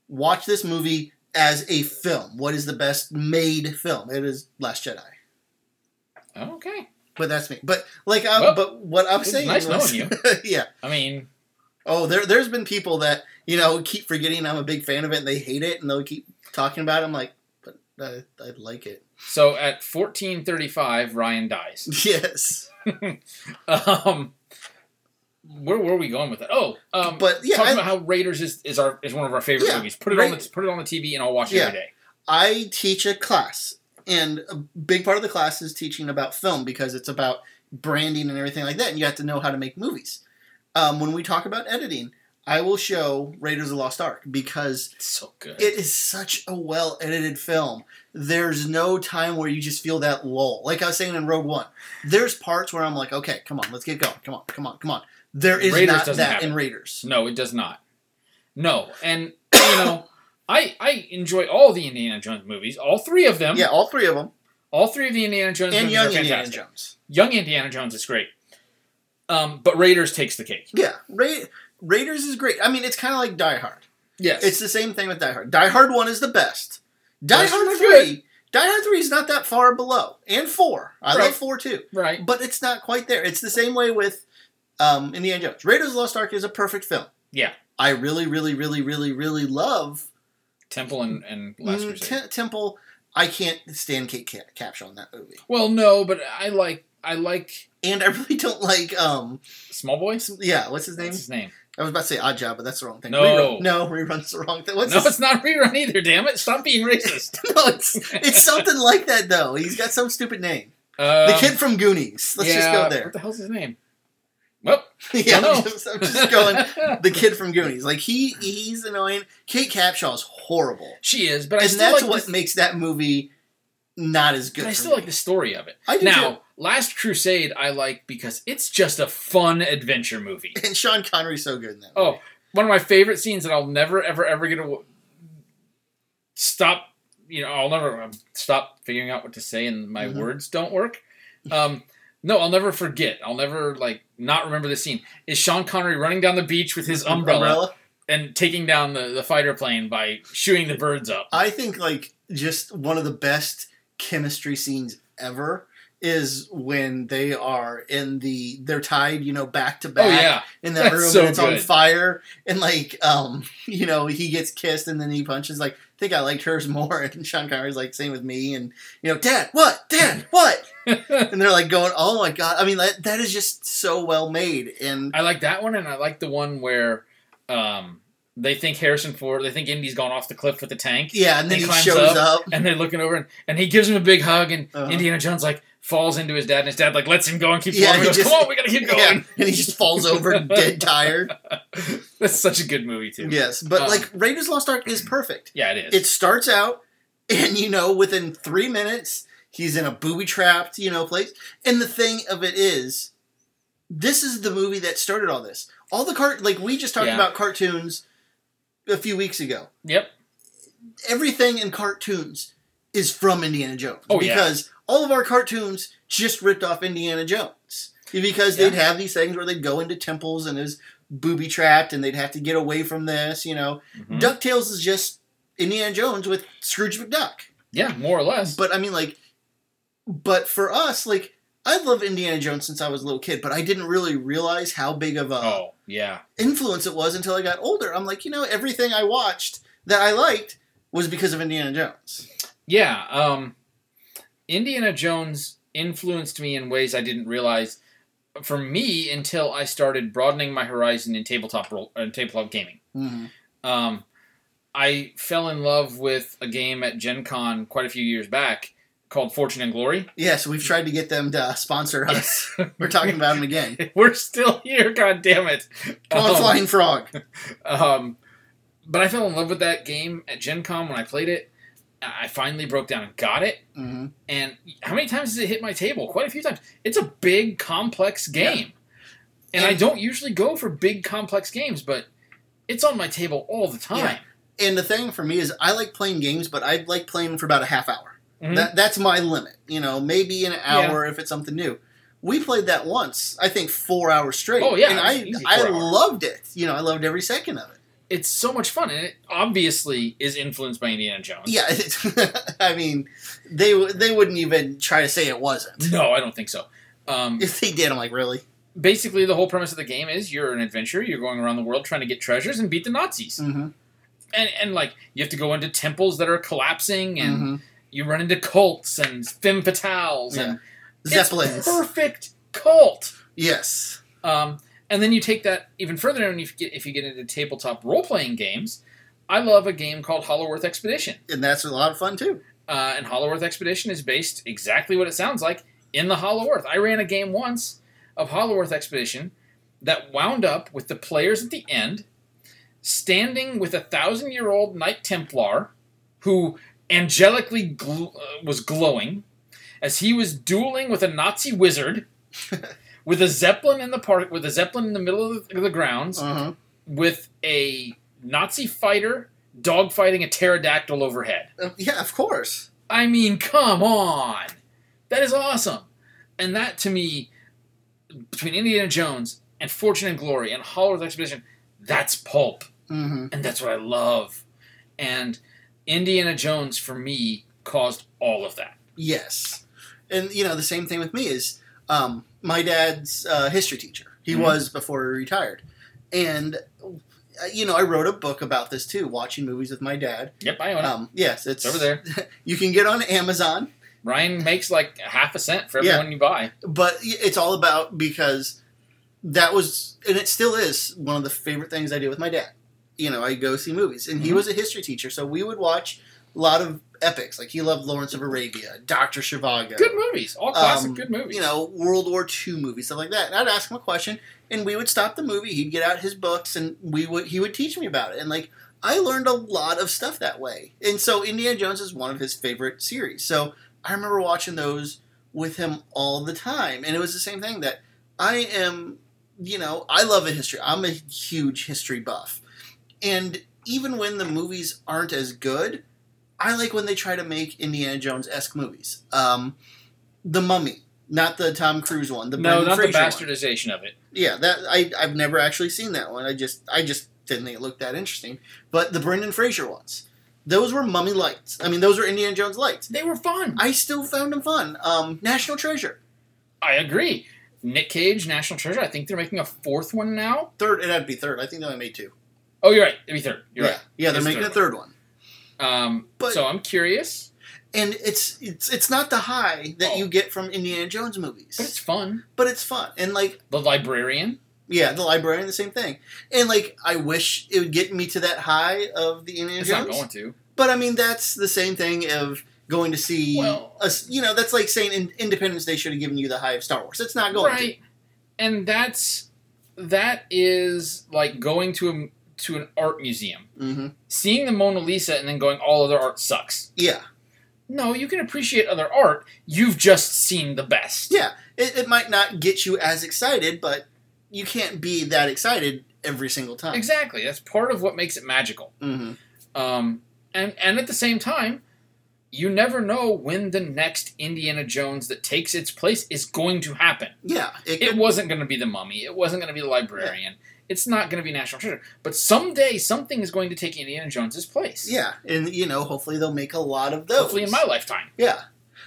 Speaker 2: watch this movie as a film. What is the best made film? It is Last Jedi.
Speaker 1: Okay.
Speaker 2: But that's me. But like, I,
Speaker 1: Well,
Speaker 2: but what I'm
Speaker 1: it's
Speaker 2: saying,
Speaker 1: nice
Speaker 2: was-
Speaker 1: knowing
Speaker 2: yeah.
Speaker 1: I mean,
Speaker 2: Oh, there, there's been people that you know keep forgetting I'm a big fan of it, and they hate it, and they'll keep talking about. it. I'm like, but I, I like it.
Speaker 1: So at fourteen thirty-five, Ryan dies.
Speaker 2: Yes.
Speaker 1: Um, where were we going with it? Oh, um,
Speaker 2: But yeah,
Speaker 1: talking
Speaker 2: I-
Speaker 1: about how Raiders is, is our is one of our favorite
Speaker 2: Yeah,
Speaker 1: movies. Put it on
Speaker 2: Ra-
Speaker 1: the put it on the TV and I'll watch it
Speaker 2: Yeah.
Speaker 1: every day.
Speaker 2: I teach a class, and a big part of the class is teaching about film because it's about branding and everything like that, and you have to know how to make movies. Um, when we talk about editing, I will show Raiders of the Lost Ark because
Speaker 1: It's so good.
Speaker 2: it is such a well edited film. There's no time where you just feel that lull. Like I was saying in Rogue One, there's parts where I'm like, okay, come on, let's get going. Come on, come on, come on. There is
Speaker 1: Raiders
Speaker 2: not
Speaker 1: doesn't
Speaker 2: that
Speaker 1: have
Speaker 2: in Raiders.
Speaker 1: no, it does not. No, and you know, I I enjoy all the Indiana Jones movies, all three of them.
Speaker 2: Yeah, all three of them.
Speaker 1: all three of the Indiana Jones
Speaker 2: And
Speaker 1: movies
Speaker 2: Young
Speaker 1: are
Speaker 2: Indiana
Speaker 1: fantastic.
Speaker 2: Jones.
Speaker 1: Young Indiana Jones is great, um, but Raiders takes the cake.
Speaker 2: Yeah, Ra- Raiders is great. I mean, it's kind of like Die Hard.
Speaker 1: Yes,
Speaker 2: It's the same thing with Die Hard. Die Hard 1 is the best. Die
Speaker 1: That's
Speaker 2: Hard
Speaker 1: not
Speaker 2: 3,
Speaker 1: good.
Speaker 2: Die Hard 3 is not that far below. And 4. I
Speaker 1: Right.
Speaker 2: love 4 too.
Speaker 1: right.
Speaker 2: But it's not quite there. It's the same way with um, Indiana Jones. Raiders of the Lost Ark is a perfect film.
Speaker 1: Yeah.
Speaker 2: I really, really, really, really, really love
Speaker 1: Temple and and Last
Speaker 2: mm,
Speaker 1: Crusade.
Speaker 2: Tem- Temple. I can't stand Kate Ca- Capshaw in that movie.
Speaker 1: well, no, but I like I like
Speaker 2: And I really don't like, um,
Speaker 1: Small Boy. What's
Speaker 2: yeah, what's his name?
Speaker 1: his name?
Speaker 2: I was about to say Odd Job, but that's the wrong thing.
Speaker 1: No.
Speaker 2: Rerun. No, Rerun's the wrong thing. What's
Speaker 1: no,
Speaker 2: his
Speaker 1: it's not rerun either. Damn it! Stop being racist.
Speaker 2: No, it's it's something like that though. He's got some stupid name.
Speaker 1: Um,
Speaker 2: The kid from Goonies. Let's just
Speaker 1: yeah,
Speaker 2: go
Speaker 1: What
Speaker 2: there.
Speaker 1: the hell's his name? Well,
Speaker 2: yeah,
Speaker 1: know.
Speaker 2: I'm just, I'm just going. The kid from Goonies. Like he he's annoying. Kate Capshaw is horrible,
Speaker 1: she is, but I
Speaker 2: and
Speaker 1: still
Speaker 2: that's
Speaker 1: like
Speaker 2: what
Speaker 1: this-
Speaker 2: makes that movie not as good.
Speaker 1: but I
Speaker 2: for
Speaker 1: still
Speaker 2: me.
Speaker 1: like the story of it.
Speaker 2: I do
Speaker 1: Now, Last Crusade, I like because it's just a fun adventure movie.
Speaker 2: too. And Sean Connery's so good in that.
Speaker 1: Oh,
Speaker 2: movie.
Speaker 1: one of my favorite scenes that I'll never, ever, ever get to stop. You know, I'll never um, stop figuring out what to say, and my
Speaker 2: Mhm.
Speaker 1: words don't work. Um, no, I'll never forget. I'll never like not remember the scene. Is Sean Connery running down the beach with his umbrella, and taking down the, the fighter plane by shooting the birds up?
Speaker 2: I think like just one of the best chemistry scenes ever is when they are in the they're tied you know back to back
Speaker 1: Oh yeah,
Speaker 2: in that
Speaker 1: That's
Speaker 2: room
Speaker 1: so
Speaker 2: and it's on
Speaker 1: good.
Speaker 2: fire and like um you know he gets kissed and then he punches like I think I liked hers more and Sean Connery's like same with me and you know dad what dad what and they're like going oh my god I mean that that is just so well made and
Speaker 1: I like that one, and I like the one where um, they think Harrison Ford, they think Indy's gone off the cliff with the tank,
Speaker 2: yeah and then
Speaker 1: He
Speaker 2: he,
Speaker 1: climbs
Speaker 2: shows up,
Speaker 1: and they're looking over, and, and he gives him a big hug, and
Speaker 2: Uh-huh.
Speaker 1: Indiana Jones like falls into his dad, and his dad like lets him go and keeps
Speaker 2: Yeah,
Speaker 1: walking. He
Speaker 2: he
Speaker 1: goes,
Speaker 2: just-
Speaker 1: "Come on, we gotta keep
Speaker 2: yeah,
Speaker 1: going."
Speaker 2: and he just falls over dead tired
Speaker 1: That's such a good movie too. Yeah,
Speaker 2: yes but
Speaker 1: Um,
Speaker 2: like Raiders Lost Ark is perfect
Speaker 1: it is.
Speaker 2: it starts out and you know within three minutes he's in a booby trapped you know place and the thing of it is this is the movie that started all this all the cart like we just talked
Speaker 1: Yeah.
Speaker 2: about cartoons a few weeks ago
Speaker 1: yep.
Speaker 2: everything in cartoons is from indiana jones
Speaker 1: Oh, yeah.
Speaker 2: because all of our cartoons just ripped off indiana jones because they'd have these things where they'd go into temples and is booby trapped and they'd have to get away from this you know
Speaker 1: Mhm.
Speaker 2: DuckTales is just Indiana Jones with Scrooge McDuck.
Speaker 1: Yeah, more or less.
Speaker 2: But I mean, like, but for us, like, I love Indiana Jones since I was a little kid, but I didn't really realize how big of a
Speaker 1: oh yeah,
Speaker 2: influence it was until I got older. I'm like, you know, everything I watched that I liked was because of Indiana Jones.
Speaker 1: Yeah, um, Indiana Jones influenced me in ways I didn't realize. For me, until I started broadening my horizon in tabletop role and tabletop gaming,
Speaker 2: Mm-hmm.
Speaker 1: um, I fell in love with a game at Gen Con quite a few years back called Fortune and Glory.
Speaker 2: Yeah, so we've tried to get them to sponsor us. We're talking about them again.
Speaker 1: We're still here, god damn it!
Speaker 2: Come on,
Speaker 1: Um,
Speaker 2: Flying Frog.
Speaker 1: Um, but I fell in love with that game at Gen Con when I played it. I I finally broke down and got it.
Speaker 2: hmm
Speaker 1: And how many times does it hit my table? Quite a few times. It's a big, complex game. And, I
Speaker 2: And-
Speaker 1: don't usually go for big, complex games, but it's on my table all the time.
Speaker 2: And the thing for me is, I like playing games, but I like playing for about a half hour.
Speaker 1: Mhm.
Speaker 2: That that's my limit. You know, maybe an hour if it's something new. We played that once, I think four hours straight.
Speaker 1: Oh, yeah,
Speaker 2: and
Speaker 1: it was easy
Speaker 2: I I
Speaker 1: four hours.
Speaker 2: loved it. You know, I loved every second of it.
Speaker 1: It's so much fun. And it obviously is influenced by Indiana Jones.
Speaker 2: Yeah, it's, I mean, they w- they wouldn't even try to say it wasn't.
Speaker 1: No, I don't think so. Um,
Speaker 2: If they did, I'm like, really?
Speaker 1: basically, the whole premise of the game is you're an adventurer, you're going around the world trying to get treasures and beat the Nazis.
Speaker 2: Mm-hmm.
Speaker 1: And, and like, you have to go into temples that are collapsing, and you run into cults and femme fatales,
Speaker 2: Mm-hmm. Yeah.
Speaker 1: and it's
Speaker 2: Zeppelins.
Speaker 1: perfect cult.
Speaker 2: Yes.
Speaker 1: Um, And then you take that even further, and if you get if you get into tabletop role playing games, I love a game called Hollow Earth Expedition.
Speaker 2: and that's a lot of fun too.
Speaker 1: Uh, and Hollow Earth Expedition is based exactly what it sounds like in the Hollow Earth. I ran a game once of Hollow Earth Expedition that wound up with the players at the end standing with a thousand year old Knight Templar who angelically gl- uh, was glowing as he was dueling with a Nazi wizard with a zeppelin in the park with a zeppelin in the middle of the, of the grounds
Speaker 2: Uh-huh.
Speaker 1: with a Nazi fighter dogfighting a pterodactyl overhead.
Speaker 2: Uh, Yeah, of course.
Speaker 1: I mean, come on. That is awesome. And that to me, between Indiana Jones and Fortune and Glory and Hollow Earth Expedition, that's pulp.
Speaker 2: Mm-hmm.
Speaker 1: And that's what I love. And Indiana Jones for me caused all of that.
Speaker 2: Yes, and you know the same thing with me is um, my dad's uh, history teacher. He
Speaker 1: Mhm.
Speaker 2: was before he retired, and uh, you know I wrote a book about this too, watching movies with my dad.
Speaker 1: Yep, I own it.
Speaker 2: Um, yes, it's
Speaker 1: It's Oh, over there.
Speaker 2: You can get on Amazon.
Speaker 1: Ryan makes like half a cent for
Speaker 2: Yeah.
Speaker 1: everyone you buy.
Speaker 2: but it's all about because that was and it still is one of the favorite things I do with my dad. You know, I go see movies, and he
Speaker 1: Mhm.
Speaker 2: was a history teacher, so we would watch a lot of epics. Like he loved Lawrence of Arabia, Doctor Shivago,
Speaker 1: Good movies. All classic
Speaker 2: Um,
Speaker 1: good movies.
Speaker 2: you know, World War II movies, stuff like that. And I'd ask him a question, and we would stop the movie. He'd get out his books, and we would he would teach me about it. And like I learned a lot of stuff that way. And so Indiana Jones is one of his favorite series. So I remember watching those with him all the time, and it was the same thing that I am. You know, I love a history. I'm a huge history buff, and even when the movies aren't as good. I like when they try to make Indiana Jones esque movies. Um, the Mummy, not the Tom Cruise one. The
Speaker 1: no,
Speaker 2: Brendan
Speaker 1: not the
Speaker 2: Fraser one.
Speaker 1: bastardization of it.
Speaker 2: Yeah, that I I've never actually seen that one. I just I just didn't think it looked that interesting. But the Brendan Fraser ones, those were mummy lights. I mean, those were Indiana Jones lights.
Speaker 1: They were fun.
Speaker 2: I still found them fun. Um, National Treasure,
Speaker 1: I agree. Nick Cage, National Treasure. I think they're making a fourth one now.
Speaker 2: third. It had to be third. I think they only made two.
Speaker 1: Oh, you're right. It'd be third. You're
Speaker 2: yeah, yeah, they're
Speaker 1: It's
Speaker 2: making
Speaker 1: third
Speaker 2: a third one.
Speaker 1: right. Um,
Speaker 2: But-
Speaker 1: so I'm curious,
Speaker 2: And it's it's it's not the high that
Speaker 1: Oh.
Speaker 2: you get from Indiana Jones movies,
Speaker 1: but it's fun.
Speaker 2: but it's fun. And like
Speaker 1: The librarian.
Speaker 2: yeah, the librarian, the same thing. And like I wish it would get me to that high of the Indiana
Speaker 1: It's
Speaker 2: Jones.
Speaker 1: not going to.
Speaker 2: But I mean, that's the same thing of going to see.
Speaker 1: Well-
Speaker 2: a s- you know, that's like saying in Independence Day should have given you the high of Star Wars. It's not going
Speaker 1: Right. And that's that is like going to a to an art museum,
Speaker 2: to. hmm
Speaker 1: seeing the Mona Lisa, and then going all other art sucks.
Speaker 2: Yeah,
Speaker 1: No, you can appreciate other art. You've just seen the best.
Speaker 2: Yeah. it, it might not get you as excited, but you can't be that excited every single time.
Speaker 1: Exactly. That's part of what makes it magical.
Speaker 2: hmm
Speaker 1: Um, and and at the same time, you never know when the next Indiana Jones that takes its place is going to happen.
Speaker 2: Yeah, it
Speaker 1: It
Speaker 2: could,
Speaker 1: wasn't going to be the Mummy. It wasn't going to be the Librarian. It's not going to be National Treasure. But someday something is going to take Indiana Jones's place.
Speaker 2: yeah, and you know, hopefully they'll make a lot of those.
Speaker 1: Hopefully in my lifetime.
Speaker 2: Yeah.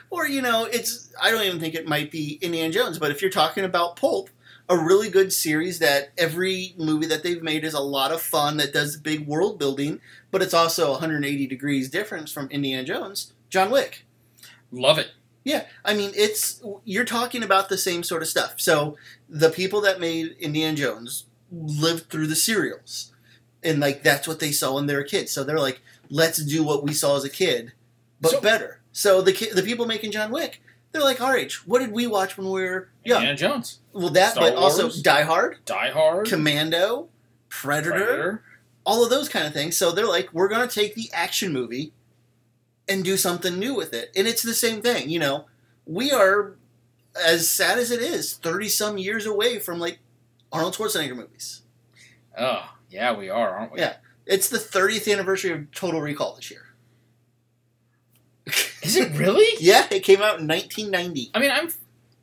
Speaker 2: Or, you know, it's, I don't even think it might be Indiana Jones, but if you're talking about Pulp, a really good series that every movie that they've made is a lot of fun that does big world building, but it's also 180 degrees difference from Indiana Jones, John Wick.
Speaker 1: Love it.
Speaker 2: Yeah, I mean, it's you're talking about the same sort of stuff. So the people that made Indiana Jones lived through the serials, and like that's what they saw when they were kids. So they're like, let's do what we saw as a kid, but
Speaker 1: So-
Speaker 2: better. So the ki- the people making John Wick, they're like our age. What did we watch when we were young?
Speaker 1: Indiana Jones.
Speaker 2: Well, that,
Speaker 1: Star
Speaker 2: but also
Speaker 1: Wars?
Speaker 2: Die Hard,
Speaker 1: Die Hard.
Speaker 2: Commando, Predator
Speaker 1: Predator.
Speaker 2: all of those kind of things. So they're like, we're going to take the action movie and do something new with it. And it's the same thing, you know. We are, as sad as it is, 30 some years away from like Arnold Schwarzenegger movies.
Speaker 1: Oh, yeah, we are, aren't we?
Speaker 2: Yeah. It's the 30th anniversary of Total Recall this year.
Speaker 1: Is it really?
Speaker 2: Yeah, it came out in 1990.
Speaker 1: I mean, I'm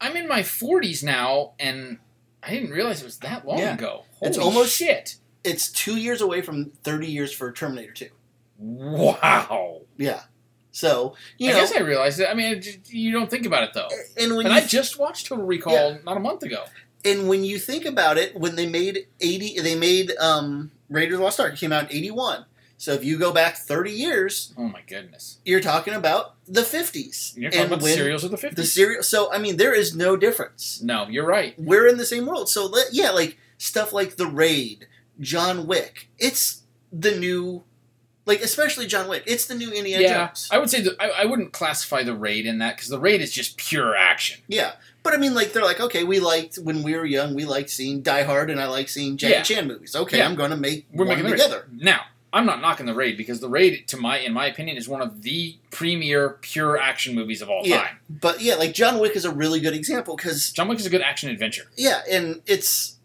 Speaker 1: I'm in my 40s now, and I didn't realize it was that long
Speaker 2: Yeah.
Speaker 1: ago. Holy
Speaker 2: It's almost-
Speaker 1: shit.
Speaker 2: It's two years away from 30 years for Terminator 2.
Speaker 1: Wow.
Speaker 2: Yeah. So, you
Speaker 1: I
Speaker 2: know,
Speaker 1: guess I realized it. I mean, it just- you don't think about it though.
Speaker 2: and when
Speaker 1: And
Speaker 2: you
Speaker 1: I just watched Total Recall not a month ago.
Speaker 2: And when you think about it, when they made eighty, they made um, Raiders of the Lost Ark it came out in eighty one. So if you go back thirty years,
Speaker 1: Oh my goodness!
Speaker 2: you're talking about the fifties
Speaker 1: You're talking about the
Speaker 2: when
Speaker 1: serials of the
Speaker 2: The
Speaker 1: fifties.
Speaker 2: serial. So I mean, there is no difference.
Speaker 1: no, you're right.
Speaker 2: We're in the same world. So let, yeah, like stuff like The Raid, John Wick. It's the new, like especially John Wick. It's the new Indiana
Speaker 1: Yeah,
Speaker 2: Jones.
Speaker 1: I would say that I, I wouldn't classify the raid in that because the raid is just pure action.
Speaker 2: Yeah, but I mean, like they're like, okay, we liked when we were young, we liked seeing Die Hard, and I like seeing Jackie
Speaker 1: Yeah.
Speaker 2: Chan movies. Okay,
Speaker 1: Yeah.
Speaker 2: I'm going to make
Speaker 1: We're
Speaker 2: one
Speaker 1: making the raid.
Speaker 2: together.
Speaker 1: Now, I'm not knocking the raid because the raid, to my in my opinion, is one of the premier pure action movies of all
Speaker 2: Yeah.
Speaker 1: time.
Speaker 2: But yeah, like John Wick is a really good example because
Speaker 1: John Wick is a good action adventure.
Speaker 2: yeah, and it's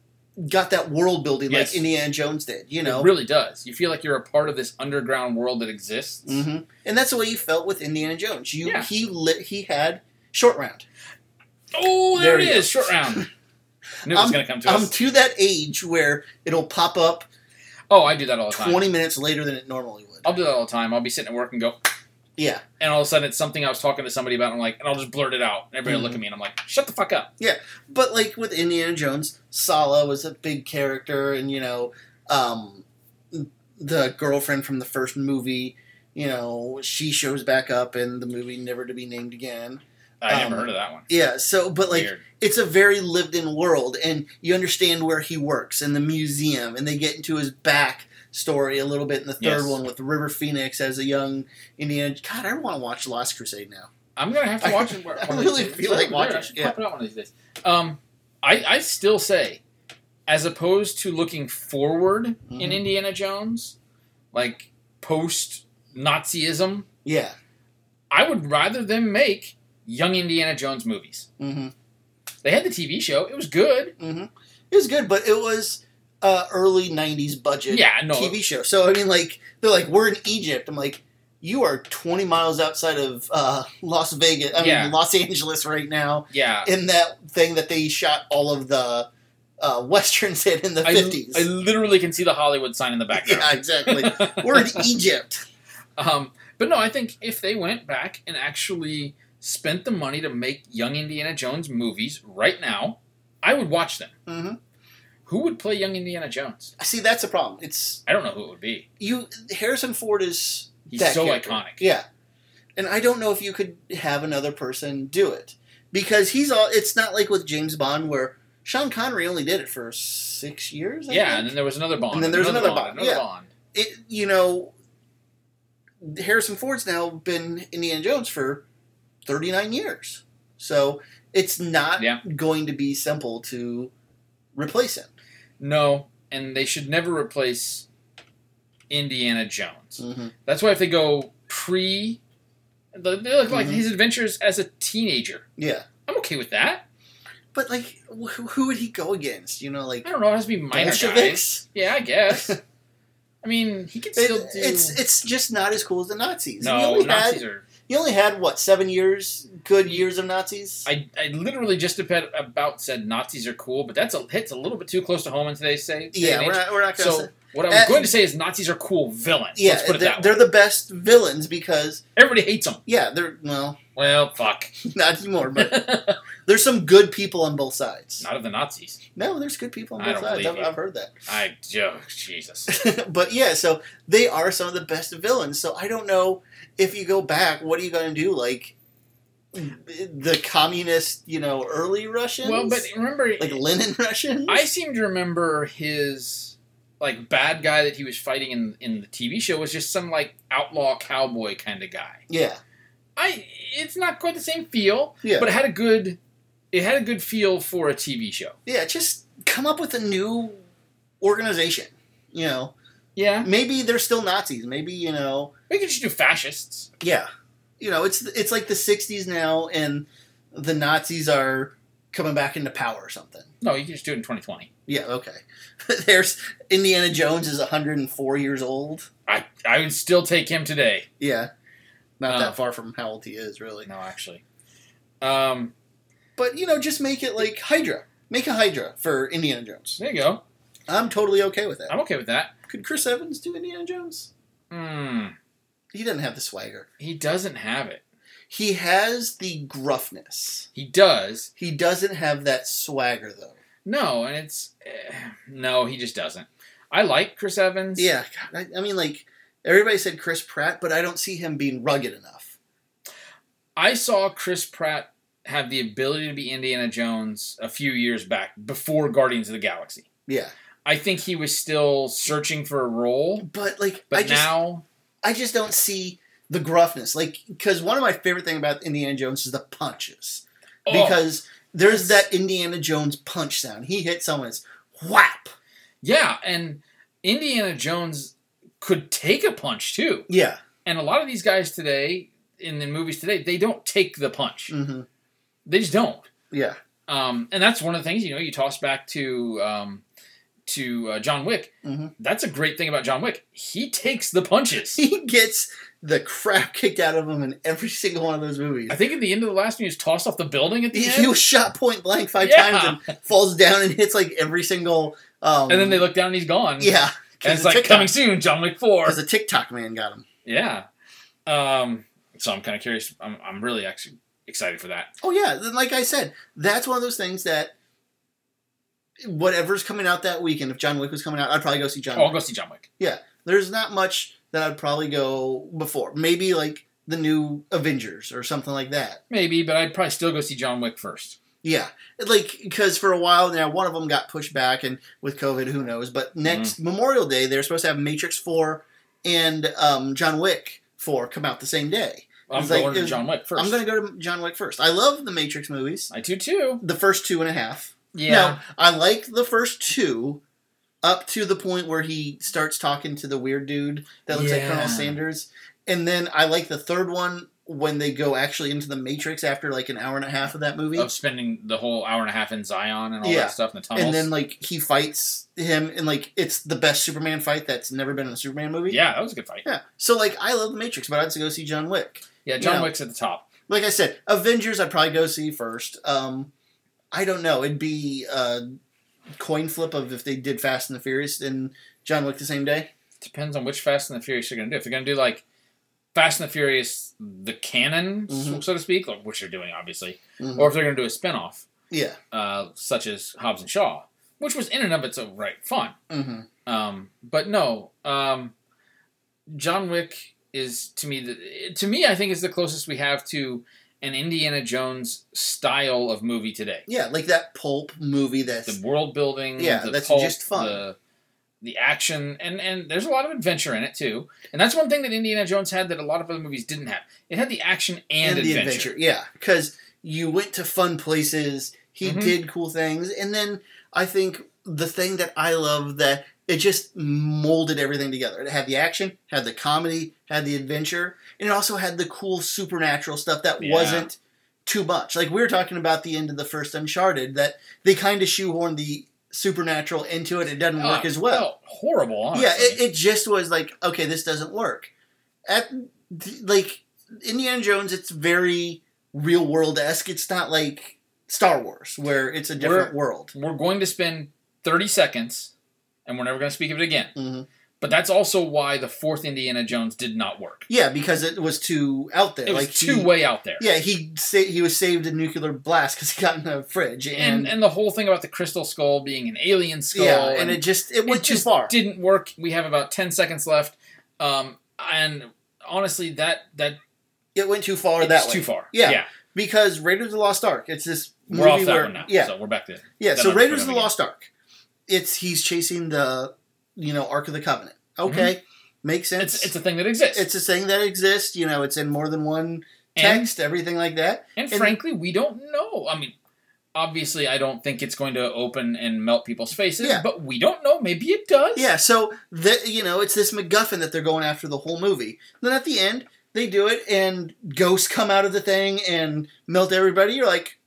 Speaker 2: got that world building
Speaker 1: Yes.
Speaker 2: like Indiana Jones did, you know.
Speaker 1: It really does. You feel like you're a part of this underground world that exists.
Speaker 2: hmm And that's the way you felt with Indiana Jones. You
Speaker 1: Yeah.
Speaker 2: he lit, he had short round.
Speaker 1: Oh, there,
Speaker 2: There
Speaker 1: it
Speaker 2: you
Speaker 1: is.
Speaker 2: go.
Speaker 1: Short round. Knew it was
Speaker 2: I'm-
Speaker 1: going to come to
Speaker 2: I'm
Speaker 1: us.
Speaker 2: Um, to that age where it'll pop up
Speaker 1: oh, I do that all the time.
Speaker 2: 20 minutes later than it normally would.
Speaker 1: I'll do that all the time. I'll be sitting at work and go,
Speaker 2: Yeah,
Speaker 1: and all of a sudden it's something I was talking to somebody about. And I'm like, and I'll just blurt it out. And everybody will look
Speaker 2: Mm-hmm.
Speaker 1: at me and I'm like, shut the fuck up.
Speaker 2: but like with Indiana Jones, Sala was a big character, and you know, um, the girlfriend from the first movie, you know, she shows back up in the movie Never to Be Named Again.
Speaker 1: I
Speaker 2: Um,
Speaker 1: never heard of that one.
Speaker 2: Yeah, so but like
Speaker 1: Weird.
Speaker 2: it's a very lived in world and you understand where he works in the museum and they get into his back story a little bit in the third
Speaker 1: Yes.
Speaker 2: one with River Phoenix as a young Indiana God, I want to watch Last Crusade now.
Speaker 1: I'm gonna have to watch it. one
Speaker 2: I
Speaker 1: of these
Speaker 2: really
Speaker 1: days.
Speaker 2: feel like
Speaker 1: Weird.
Speaker 2: watching
Speaker 1: I
Speaker 2: it,
Speaker 1: should pop it out one of these days. Um, I I still say, as opposed to looking forward in
Speaker 2: Mhm.
Speaker 1: Indiana Jones, like post Nazism,
Speaker 2: Yeah.
Speaker 1: I would rather them make young Indiana Jones movies.
Speaker 2: Mhm.
Speaker 1: They had the TV show; it was good.
Speaker 2: Mhm. It was good, but it was uh, early 90s budget
Speaker 1: Yeah, no,
Speaker 2: TV show. So I mean like they're like we're in Egypt. I'm like you are 20 miles outside of uh, Las Vegas, I mean
Speaker 1: Yeah.
Speaker 2: Los Angeles right now.
Speaker 1: yeah.
Speaker 2: in that thing that they shot all of the uh, westerns in in the
Speaker 1: I,
Speaker 2: fifties.
Speaker 1: I literally can see the Hollywood sign in the background.
Speaker 2: Yeah, exactly. We're in Egypt.
Speaker 1: Um, but no, I think if they went back and actually spent the money to make young Indiana Jones movies right now, I would watch them.
Speaker 2: hmm
Speaker 1: Who would play young Indiana Jones?
Speaker 2: See, that's the problem. It's
Speaker 1: I don't know who it would be.
Speaker 2: you. Harrison Ford is
Speaker 1: He's
Speaker 2: that
Speaker 1: so
Speaker 2: character.
Speaker 1: iconic.
Speaker 2: Yeah, and I don't know if you could have another person do it because he's all. It's not like with James Bond where Sean Connery only did it for six years. I
Speaker 1: Yeah,
Speaker 2: think.
Speaker 1: and then there was another Bond.
Speaker 2: And then there's another Bond,
Speaker 1: another
Speaker 2: yeah.
Speaker 1: Bond.
Speaker 2: it, you know, Harrison Ford's now been Indiana Jones for 39 years. So it's not
Speaker 1: Yeah.
Speaker 2: going to be simple to replace him.
Speaker 1: No, and they should never replace Indiana Jones.
Speaker 2: Mm-hmm.
Speaker 1: That's why if they go pre, they look like
Speaker 2: Mhm.
Speaker 1: his adventures as a teenager.
Speaker 2: Yeah.
Speaker 1: I'm okay with that.
Speaker 2: But, like, wh- who would he go against? You know, like,
Speaker 1: I don't know. It has to be minor guys.
Speaker 2: Bolsheviks?
Speaker 1: Yeah, I guess. I mean, he could
Speaker 2: It-
Speaker 1: still do.
Speaker 2: it's it's just not as cool as the Nazis. you
Speaker 1: No,
Speaker 2: only
Speaker 1: Nazis
Speaker 2: had
Speaker 1: are.
Speaker 2: you only had what seven years good years of Nazis.
Speaker 1: I, I literally just about- about said Nazis are cool, but that's a hits a little bit too close to home in today's say. day
Speaker 2: yeah,
Speaker 1: and
Speaker 2: we're
Speaker 1: age.
Speaker 2: not, we're not gonna
Speaker 1: so
Speaker 2: say-
Speaker 1: what I was
Speaker 2: Uh,
Speaker 1: going to say is Nazis are cool villains.
Speaker 2: yeah,
Speaker 1: Let's put it
Speaker 2: they're,
Speaker 1: that way.
Speaker 2: they're the best villains because
Speaker 1: Everybody hates them.
Speaker 2: yeah, they're well
Speaker 1: Well, fuck.
Speaker 2: not anymore, but
Speaker 1: Not
Speaker 2: There's some good people on both sides.
Speaker 1: of the Nazis.
Speaker 2: No, there's good people on
Speaker 1: I
Speaker 2: both
Speaker 1: don't
Speaker 2: sides.
Speaker 1: believe
Speaker 2: I've,
Speaker 1: you.
Speaker 2: I've heard that.
Speaker 1: I oh, Jesus.
Speaker 2: but yeah, so they are some of the best villains. So I don't know if you go back, what are you going to do? Like the communist, you know, early Russians?
Speaker 1: Well, but remember,
Speaker 2: like Lenin Russians?
Speaker 1: I seem to remember his like bad guy that he was fighting in in the TV show was just some like outlaw cowboy kind of guy.
Speaker 2: yeah,
Speaker 1: I it's not quite the same feel,
Speaker 2: yeah,
Speaker 1: but it had a good it had a good feel for a TV show.
Speaker 2: yeah. Just come up with a new organization. You know,
Speaker 1: Yeah,
Speaker 2: maybe they're still Nazis. Maybe you know,
Speaker 1: we could just do fascists.
Speaker 2: yeah, you know, it's it's like the '60s now, and the Nazis are coming back into power or something.
Speaker 1: No, you could just do it in 2020.
Speaker 2: Yeah, okay. There's Indiana Jones is 104 years old.
Speaker 1: I I would still take him today.
Speaker 2: Yeah. Not
Speaker 1: Oh.
Speaker 2: that far from how old he is, really.
Speaker 1: No, actually, um,
Speaker 2: But, you know, just make it like Hydra. Make a Hydra for Indiana Jones.
Speaker 1: there you go.
Speaker 2: I'm totally okay with that.
Speaker 1: I'm okay with that.
Speaker 2: Could Chris Evans do Indiana Jones?
Speaker 1: Hmm,
Speaker 2: He doesn't have the swagger.
Speaker 1: he doesn't have it.
Speaker 2: He has the gruffness.
Speaker 1: He does
Speaker 2: He doesn't have that swagger, though.
Speaker 1: no, and it's eh, no, he just doesn't. I like Chris Evans.
Speaker 2: Yeah, God, I, I mean, like, everybody said Chris Pratt, but I don't see him being rugged enough.
Speaker 1: I saw Chris Pratt have the ability to be Indiana Jones a few years back before Guardians of the Galaxy.
Speaker 2: Yeah.
Speaker 1: I think he was still searching for a role,
Speaker 2: But like
Speaker 1: but
Speaker 2: I just
Speaker 1: now
Speaker 2: I just don't see the gruffness. Like cuz one of my favorite thing about Indiana Jones is the punches.
Speaker 1: oh,
Speaker 2: Because there's that Indiana Jones punch sound. He hit someone it's whap.
Speaker 1: oh, yeah, and Indiana Jones could take a punch too.
Speaker 2: Yeah.
Speaker 1: And a lot of these guys today in the movies today, they don't take the punch.
Speaker 2: Mhm.
Speaker 1: They just don't.
Speaker 2: Yeah.
Speaker 1: Um, and that's one of the things you know you toss back to um, to uh, John Wick.
Speaker 2: Mhm.
Speaker 1: That's a great thing about John Wick. He takes the punches.
Speaker 2: He gets the crap kicked out of him in every single one of those movies.
Speaker 1: I think at the end of the last one, he was tossed off the building at the
Speaker 2: He,
Speaker 1: end.
Speaker 2: he was shot point blank five
Speaker 1: Yeah.
Speaker 2: times and falls down and hits like every single. Um,
Speaker 1: and then they look down and he's gone.
Speaker 2: Yeah,
Speaker 1: and it's like coming soon, John Wick Four.
Speaker 2: Because the TikTok man got him.
Speaker 1: Yeah. Um, so I'm kind of curious. I'm, I'm really actually excited for that.
Speaker 2: Oh yeah, then like I said, that's one of those things that whatever's coming out that weekend. If John Wick was coming out, I'd probably go see John.
Speaker 1: Oh, I'll
Speaker 2: Wick.
Speaker 1: go see John Wick.
Speaker 2: There's not much that I'd probably go before. Maybe like the new Avengers or something like that.
Speaker 1: Maybe, but I'd probably still go see John Wick first.
Speaker 2: Yeah, like because for a while now, one of them got pushed back, and with COVID, who knows? But next Memorial Day, they're supposed to have Matrix Four and um, John Wick Four come out the same day.
Speaker 1: I'm
Speaker 2: It's like-
Speaker 1: going to
Speaker 2: it's-
Speaker 1: John Wick 1st
Speaker 2: I'm gonna go to John Wick first. I love the Matrix movies,
Speaker 1: I do too.
Speaker 2: the first two and a half.
Speaker 1: Yeah.
Speaker 2: Now I like the first two, up to the point where he starts talking to the weird dude that looks like
Speaker 1: Yeah.
Speaker 2: Colonel Sanders, and then I like the third one when they go actually into the Matrix after like an hour and a half of that movie.
Speaker 1: Of spending the whole hour and a half in Zion and all
Speaker 2: Yeah.
Speaker 1: that stuff in the tunnels.
Speaker 2: and then like he fights him and like it's the best superman fight that's never been in a superman movie
Speaker 1: yeah, that was a good fight.
Speaker 2: yeah so like i love the matrix but i'd go see john wick
Speaker 1: Yeah, John
Speaker 2: Yeah.
Speaker 1: Wick's at the top.
Speaker 2: like i said avengers i'd probably go see first um i don't know it'd be a coin flip of if they did fast and the furious and john wick the same day
Speaker 1: Depends on which Fast and the Furious you're going to do. If you're going to do like Fast and the Furious, the canon,
Speaker 2: Mhm.
Speaker 1: so to speak, like, which they're doing obviously,
Speaker 2: Mhm.
Speaker 1: or if they're going to do a spin off,
Speaker 2: yeah
Speaker 1: uh, such as Hobbs and Shaw, which was in and of its own right fun.
Speaker 2: hmm
Speaker 1: Um, but no, um, John Wick is to me the, to me I think is the closest we have to an Indiana Jones style of movie today.
Speaker 2: yeah like that pulp movie that's
Speaker 1: The world building,
Speaker 2: Yeah,
Speaker 1: the
Speaker 2: that's just fun.
Speaker 1: The, the action and and there's a lot of adventure in it too, and that's one thing that Indiana Jones had that a lot of other movies didn't have. It had the action and,
Speaker 2: the
Speaker 1: adventure.
Speaker 2: Yeah, because you went to fun places. He
Speaker 1: Mhm.
Speaker 2: did cool things, and then I think the thing that I love that it just molded everything together. It had the action, had the comedy, had the adventure, and it also had the cool supernatural stuff that
Speaker 1: Yeah.
Speaker 2: wasn't too much. Like we were talking about the end of the first Uncharted, that they kind of shoehorned the supernatural into it. It doesn't work
Speaker 1: Oh,
Speaker 2: as well.
Speaker 1: felt horrible. Honestly.
Speaker 2: Yeah, it, it just was like, okay, this doesn't work. At th- like Indiana Jones, it's very real world esque. It's not like Star Wars where it's a different world.
Speaker 1: we're going to spend 30 seconds and we're never going to speak of it again.
Speaker 2: hmm
Speaker 1: But that's also why the fourth Indiana Jones did not work.
Speaker 2: Yeah, because it was too out there.
Speaker 1: It was
Speaker 2: like
Speaker 1: too
Speaker 2: he-
Speaker 1: way out there.
Speaker 2: Yeah, he sa- he was saved a nuclear blast because he got in a fridge and,
Speaker 1: And and the whole thing about the crystal skull being an alien skull
Speaker 2: yeah, and, it just it went
Speaker 1: it
Speaker 2: too
Speaker 1: just
Speaker 2: far.
Speaker 1: didn't work. We have about 10 seconds left. Um, and honestly that that
Speaker 2: it went too far
Speaker 1: it's
Speaker 2: that way
Speaker 1: too far.
Speaker 2: Yeah.
Speaker 1: yeah.
Speaker 2: because Raiders of the Lost Ark. It's this
Speaker 1: We're
Speaker 2: movie
Speaker 1: off that
Speaker 2: where
Speaker 1: one now.
Speaker 2: yeah,
Speaker 1: So we're back there.
Speaker 2: Yeah,
Speaker 1: that
Speaker 2: so
Speaker 1: I'm
Speaker 2: Raiders of the
Speaker 1: forgetting.
Speaker 2: Lost Ark. It's he's chasing the you know Ark of the Covenant. Okay, makes sense.
Speaker 1: Mm-hmm. It's it's a thing that exists.
Speaker 2: It's a thing that exists. You know, it's in more than one
Speaker 1: and,
Speaker 2: text, everything like that.
Speaker 1: and
Speaker 2: and-
Speaker 1: frankly, we don't know. I mean, obviously I don't think it's going to open and melt people's faces,
Speaker 2: Yeah.
Speaker 1: but we don't know. Maybe it does.
Speaker 2: Yeah, so that you know, it's this MacGuffin that they're going after the whole movie. Then at the end, they do it, and ghosts come out of the thing and melt everybody. You're like,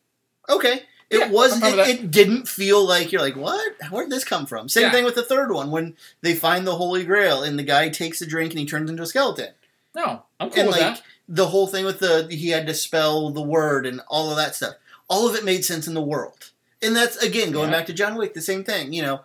Speaker 2: okay. It
Speaker 1: Yeah,
Speaker 2: wasn't.
Speaker 1: I'm
Speaker 2: It,
Speaker 1: fine with
Speaker 2: it didn't feel like you're like what? Where'd this come from? Same
Speaker 1: Yeah.
Speaker 2: thing with the third one when they find the Holy Grail and the guy takes a drink and he turns into a skeleton.
Speaker 1: No, I'm cool
Speaker 2: and
Speaker 1: with
Speaker 2: like
Speaker 1: that.
Speaker 2: the whole thing with the he had to spell the word and all of that stuff. All of it made sense in the world. And that's again going
Speaker 1: Yeah.
Speaker 2: back to John Wick, the same thing. You know,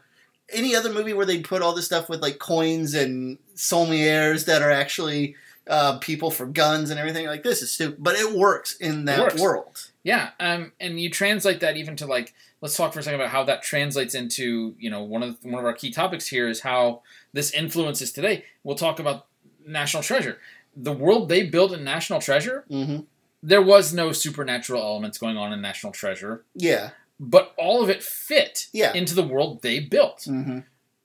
Speaker 2: any other movie where they put all this stuff with like coins and sommeliers that are actually uh, people for guns and everything like this is stupid, but it works in that
Speaker 1: works.
Speaker 2: world.
Speaker 1: Yeah, um, and you translate that even to like let's talk for a second about how that translates into you know one of one of our key topics here is how this influences today. We'll talk about National Treasure, the world they built in National Treasure.
Speaker 2: Mm-hmm.
Speaker 1: There was no supernatural elements going on in National Treasure.
Speaker 2: Yeah,
Speaker 1: but all of it fit
Speaker 2: Yeah.
Speaker 1: into the world they built.
Speaker 3: Mm-hmm.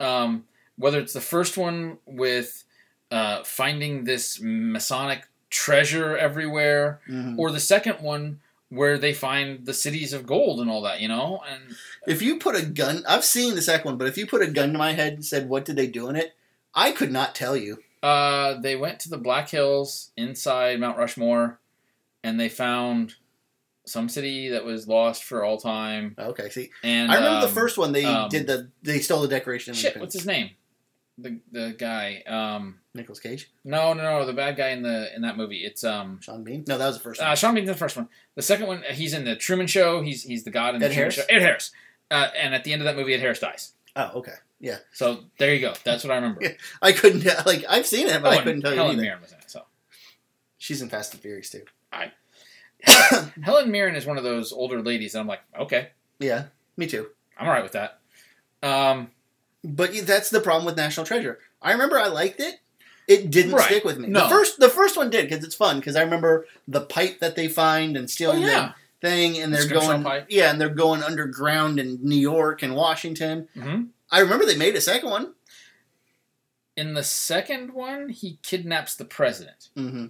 Speaker 1: Um, whether it's the first one with uh, finding this Masonic treasure everywhere,
Speaker 3: Mm-hmm.
Speaker 1: or the second one where they find the cities of gold and all that, you know? And
Speaker 2: If you put a gun, I've seen the second one, but if you put a gun to my head and said, "What did they do in it?" I could not tell you.
Speaker 1: uh, they went to the Black Hills inside Mount Rushmore and they found some city that was lost for all time.
Speaker 2: Okay, see,
Speaker 1: And
Speaker 2: I remember
Speaker 1: um,
Speaker 2: the first one. They
Speaker 1: um,
Speaker 2: did the they stole the Declaration of
Speaker 1: Shit, what's
Speaker 2: Independence.
Speaker 1: his name? The the guy. Um,
Speaker 2: Nicholas Cage,
Speaker 1: no, no, no, the bad guy in the in that movie. It's um,
Speaker 2: Sean Bean. No, that was the first
Speaker 1: uh,
Speaker 2: one.
Speaker 1: Sean Bean's in the first one. The second one, he's in the Truman Show. He's he's the god in the
Speaker 2: Ed
Speaker 1: Truman
Speaker 2: Harris?
Speaker 1: Show. Ed Harris. Uh, and at the end of that movie, Ed Harris dies.
Speaker 2: Oh, okay. Yeah,
Speaker 1: So there you go. That's what I remember.
Speaker 2: Yeah, I couldn't like I've seen it, but I couldn't tell you
Speaker 1: Helen
Speaker 2: anything.
Speaker 1: Mirren was in it. So
Speaker 2: She's in Fast and Furious too.
Speaker 1: Helen Mirren is one of those older ladies, and I'm like, okay,
Speaker 2: Yeah, me too.
Speaker 1: I'm all right with that. Um,
Speaker 2: But y- that's the problem with National Treasure. I remember I liked it. It didn't
Speaker 1: Right.
Speaker 2: stick with me.
Speaker 1: No.
Speaker 2: The first the first one did because it's fun because I remember the pipe that they find and
Speaker 1: oh
Speaker 2: stealing
Speaker 1: yeah,
Speaker 2: the thing and they're
Speaker 1: Scriptural
Speaker 2: going
Speaker 1: pipe.
Speaker 2: yeah and they're going underground in New York and Washington.
Speaker 1: hmm
Speaker 2: I remember they made a second one.
Speaker 1: in the second one, he kidnaps the president.
Speaker 2: hmm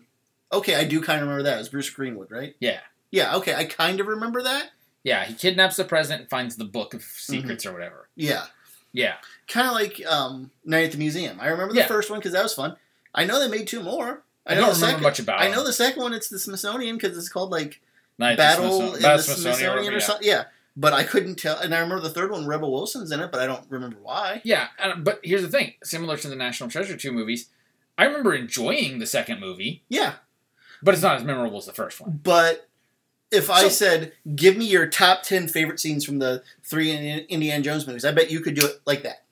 Speaker 2: Okay, I do kind of remember that. It was Bruce Greenwood, right?
Speaker 1: Yeah.
Speaker 2: Yeah. Okay, I kind of remember that.
Speaker 1: Yeah, he kidnaps the president and finds the book of secrets or whatever.
Speaker 2: Yeah.
Speaker 1: Yeah,
Speaker 2: Kind of like um, Night at the Museum. I remember the
Speaker 1: Yeah.
Speaker 2: first one because that was fun. I know they made two more.
Speaker 1: I,
Speaker 2: know
Speaker 1: don't
Speaker 2: the
Speaker 1: remember
Speaker 2: second-
Speaker 1: much about.
Speaker 2: I
Speaker 1: him.
Speaker 2: know the second one. It's the Smithsonian because it's called like
Speaker 1: Night at the
Speaker 2: battle
Speaker 1: Smithsonian-
Speaker 2: in
Speaker 1: Battle
Speaker 2: the Smithsonian,
Speaker 1: or whatever,
Speaker 2: or
Speaker 1: yeah.
Speaker 2: something. Yeah, but I couldn't tell. And I remember the third one, Rebel Wilson's in it, but I don't remember why.
Speaker 1: Yeah, and, but here's the thing: similar to the National Treasure two movies, I remember enjoying the second movie,
Speaker 2: Yeah,
Speaker 1: but it's not as memorable as the first one.
Speaker 2: but if I
Speaker 1: So-
Speaker 2: said, "Give me your top ten favorite scenes from the three Indi- Indiana Jones movies," I bet you could do it like that.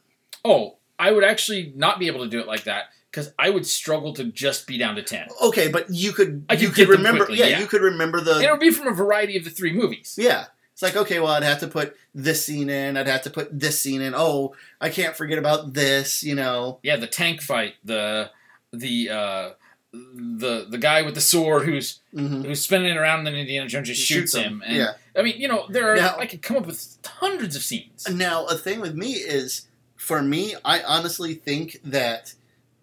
Speaker 1: Oh, I would actually not be able to do it like that because I would struggle to just be down to ten.
Speaker 2: Okay, but you could.
Speaker 1: I could
Speaker 2: you could
Speaker 1: get them
Speaker 2: remember.
Speaker 1: quickly,
Speaker 2: yeah,
Speaker 1: yeah.
Speaker 2: you could remember the.
Speaker 1: And it would be from a variety of the three movies.
Speaker 2: yeah. It's like okay, well, I'd have to put this scene in. I'd have to put this scene in. Oh, I can't forget about this. You know,
Speaker 1: Yeah, the tank fight, the the uh, the the guy with the sword who's
Speaker 2: hmm
Speaker 1: who's spinning it around, and then Indiana Jones just shoots, him. And
Speaker 2: yeah.
Speaker 1: I mean, you know, there are
Speaker 2: Now-
Speaker 1: I could come up with hundreds of scenes.
Speaker 2: Now, a thing with me is, for me, I honestly think that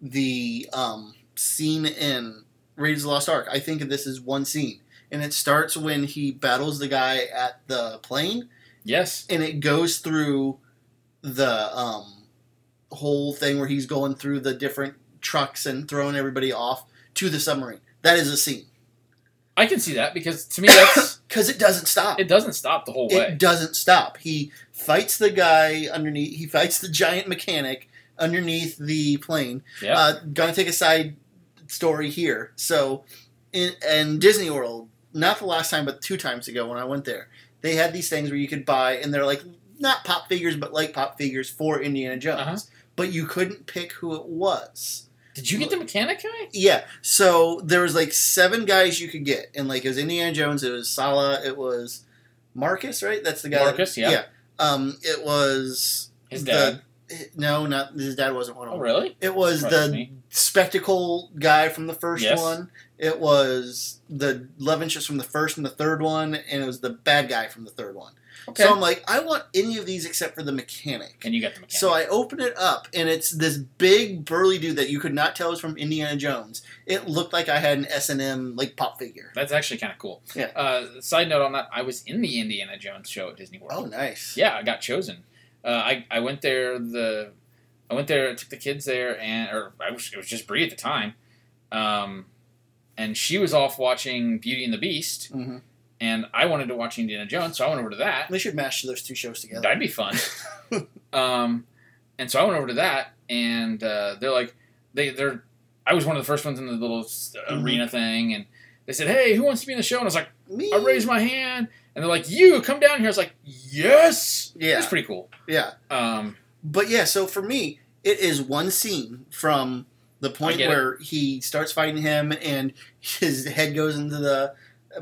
Speaker 2: the um, scene in Raiders of the Lost Ark, I think of this as one scene. And it starts when he battles the guy at the plane,
Speaker 1: Yes,
Speaker 2: and it goes through the um, whole thing where he's going through the different trucks and throwing everybody off to the submarine. That is a scene.
Speaker 1: I can see that because to me that's
Speaker 2: Because it doesn't stop.
Speaker 1: it doesn't stop the whole way.
Speaker 2: it doesn't stop. He fights the guy underneath. He fights the giant mechanic underneath the plane.
Speaker 1: Yeah.
Speaker 2: Uh, gonna take a side story here. So, in and Disney World, not the last time, but two times ago when I went there, they had these things where you could buy, and they're like not pop figures, but like pop figures for Indiana Jones.
Speaker 1: Uh-huh.
Speaker 2: But you couldn't pick who it was.
Speaker 1: Did you get the mechanic guy?
Speaker 2: Yeah. So there was like seven guys you could get, and like it was Indiana Jones, it was Sala, it was Marcus, right? That's the guy. that-
Speaker 1: Marcus, yeah.
Speaker 2: Um, it was
Speaker 1: His
Speaker 2: the-
Speaker 1: dad.
Speaker 2: no, not his dad wasn't one of
Speaker 1: oh,
Speaker 2: them.
Speaker 1: really?
Speaker 2: It was
Speaker 1: Surprises
Speaker 2: the
Speaker 1: me.
Speaker 2: spectacle guy from the first
Speaker 1: Yes.
Speaker 2: one. It was the love interest from the first and the third one, and it was the bad guy from the third one.
Speaker 1: Okay.
Speaker 2: So I'm like, I want any of these except for the mechanic.
Speaker 1: and you got the mechanic.
Speaker 2: So I open it up, and it's this big burly dude that you could not tell is from Indiana Jones. It looked like I had an S and M like pop figure.
Speaker 1: That's actually kind of cool.
Speaker 2: Yeah.
Speaker 1: Uh, side note on that, I was in the Indiana Jones show at Disney World.
Speaker 2: Oh, nice.
Speaker 1: Yeah, I got chosen. Uh, I I went there the I went there took the kids there and or I was, it was just Bree at the time, um, and she was off watching Beauty and the Beast,
Speaker 2: Mhm.
Speaker 1: and I wanted to watch Indiana Jones, so I went over to that.
Speaker 2: They should mash those two shows together.
Speaker 1: That'd be fun. um, and so I went over to that, and uh, they're like, they they're. I was one of the first ones in the little s uh,
Speaker 2: Mhm.
Speaker 1: arena thing, and they said, "Hey, who wants to be in the show?" And I was like,
Speaker 2: Me?
Speaker 1: I raised my hand, and they're like, "You come down here." I was like, "Yes." It was
Speaker 2: Yeah,
Speaker 1: pretty cool.
Speaker 2: yeah.
Speaker 1: Um,
Speaker 2: But yeah, so for me, it is one scene from the point
Speaker 1: get it.
Speaker 2: where he starts fighting him, and his head goes into the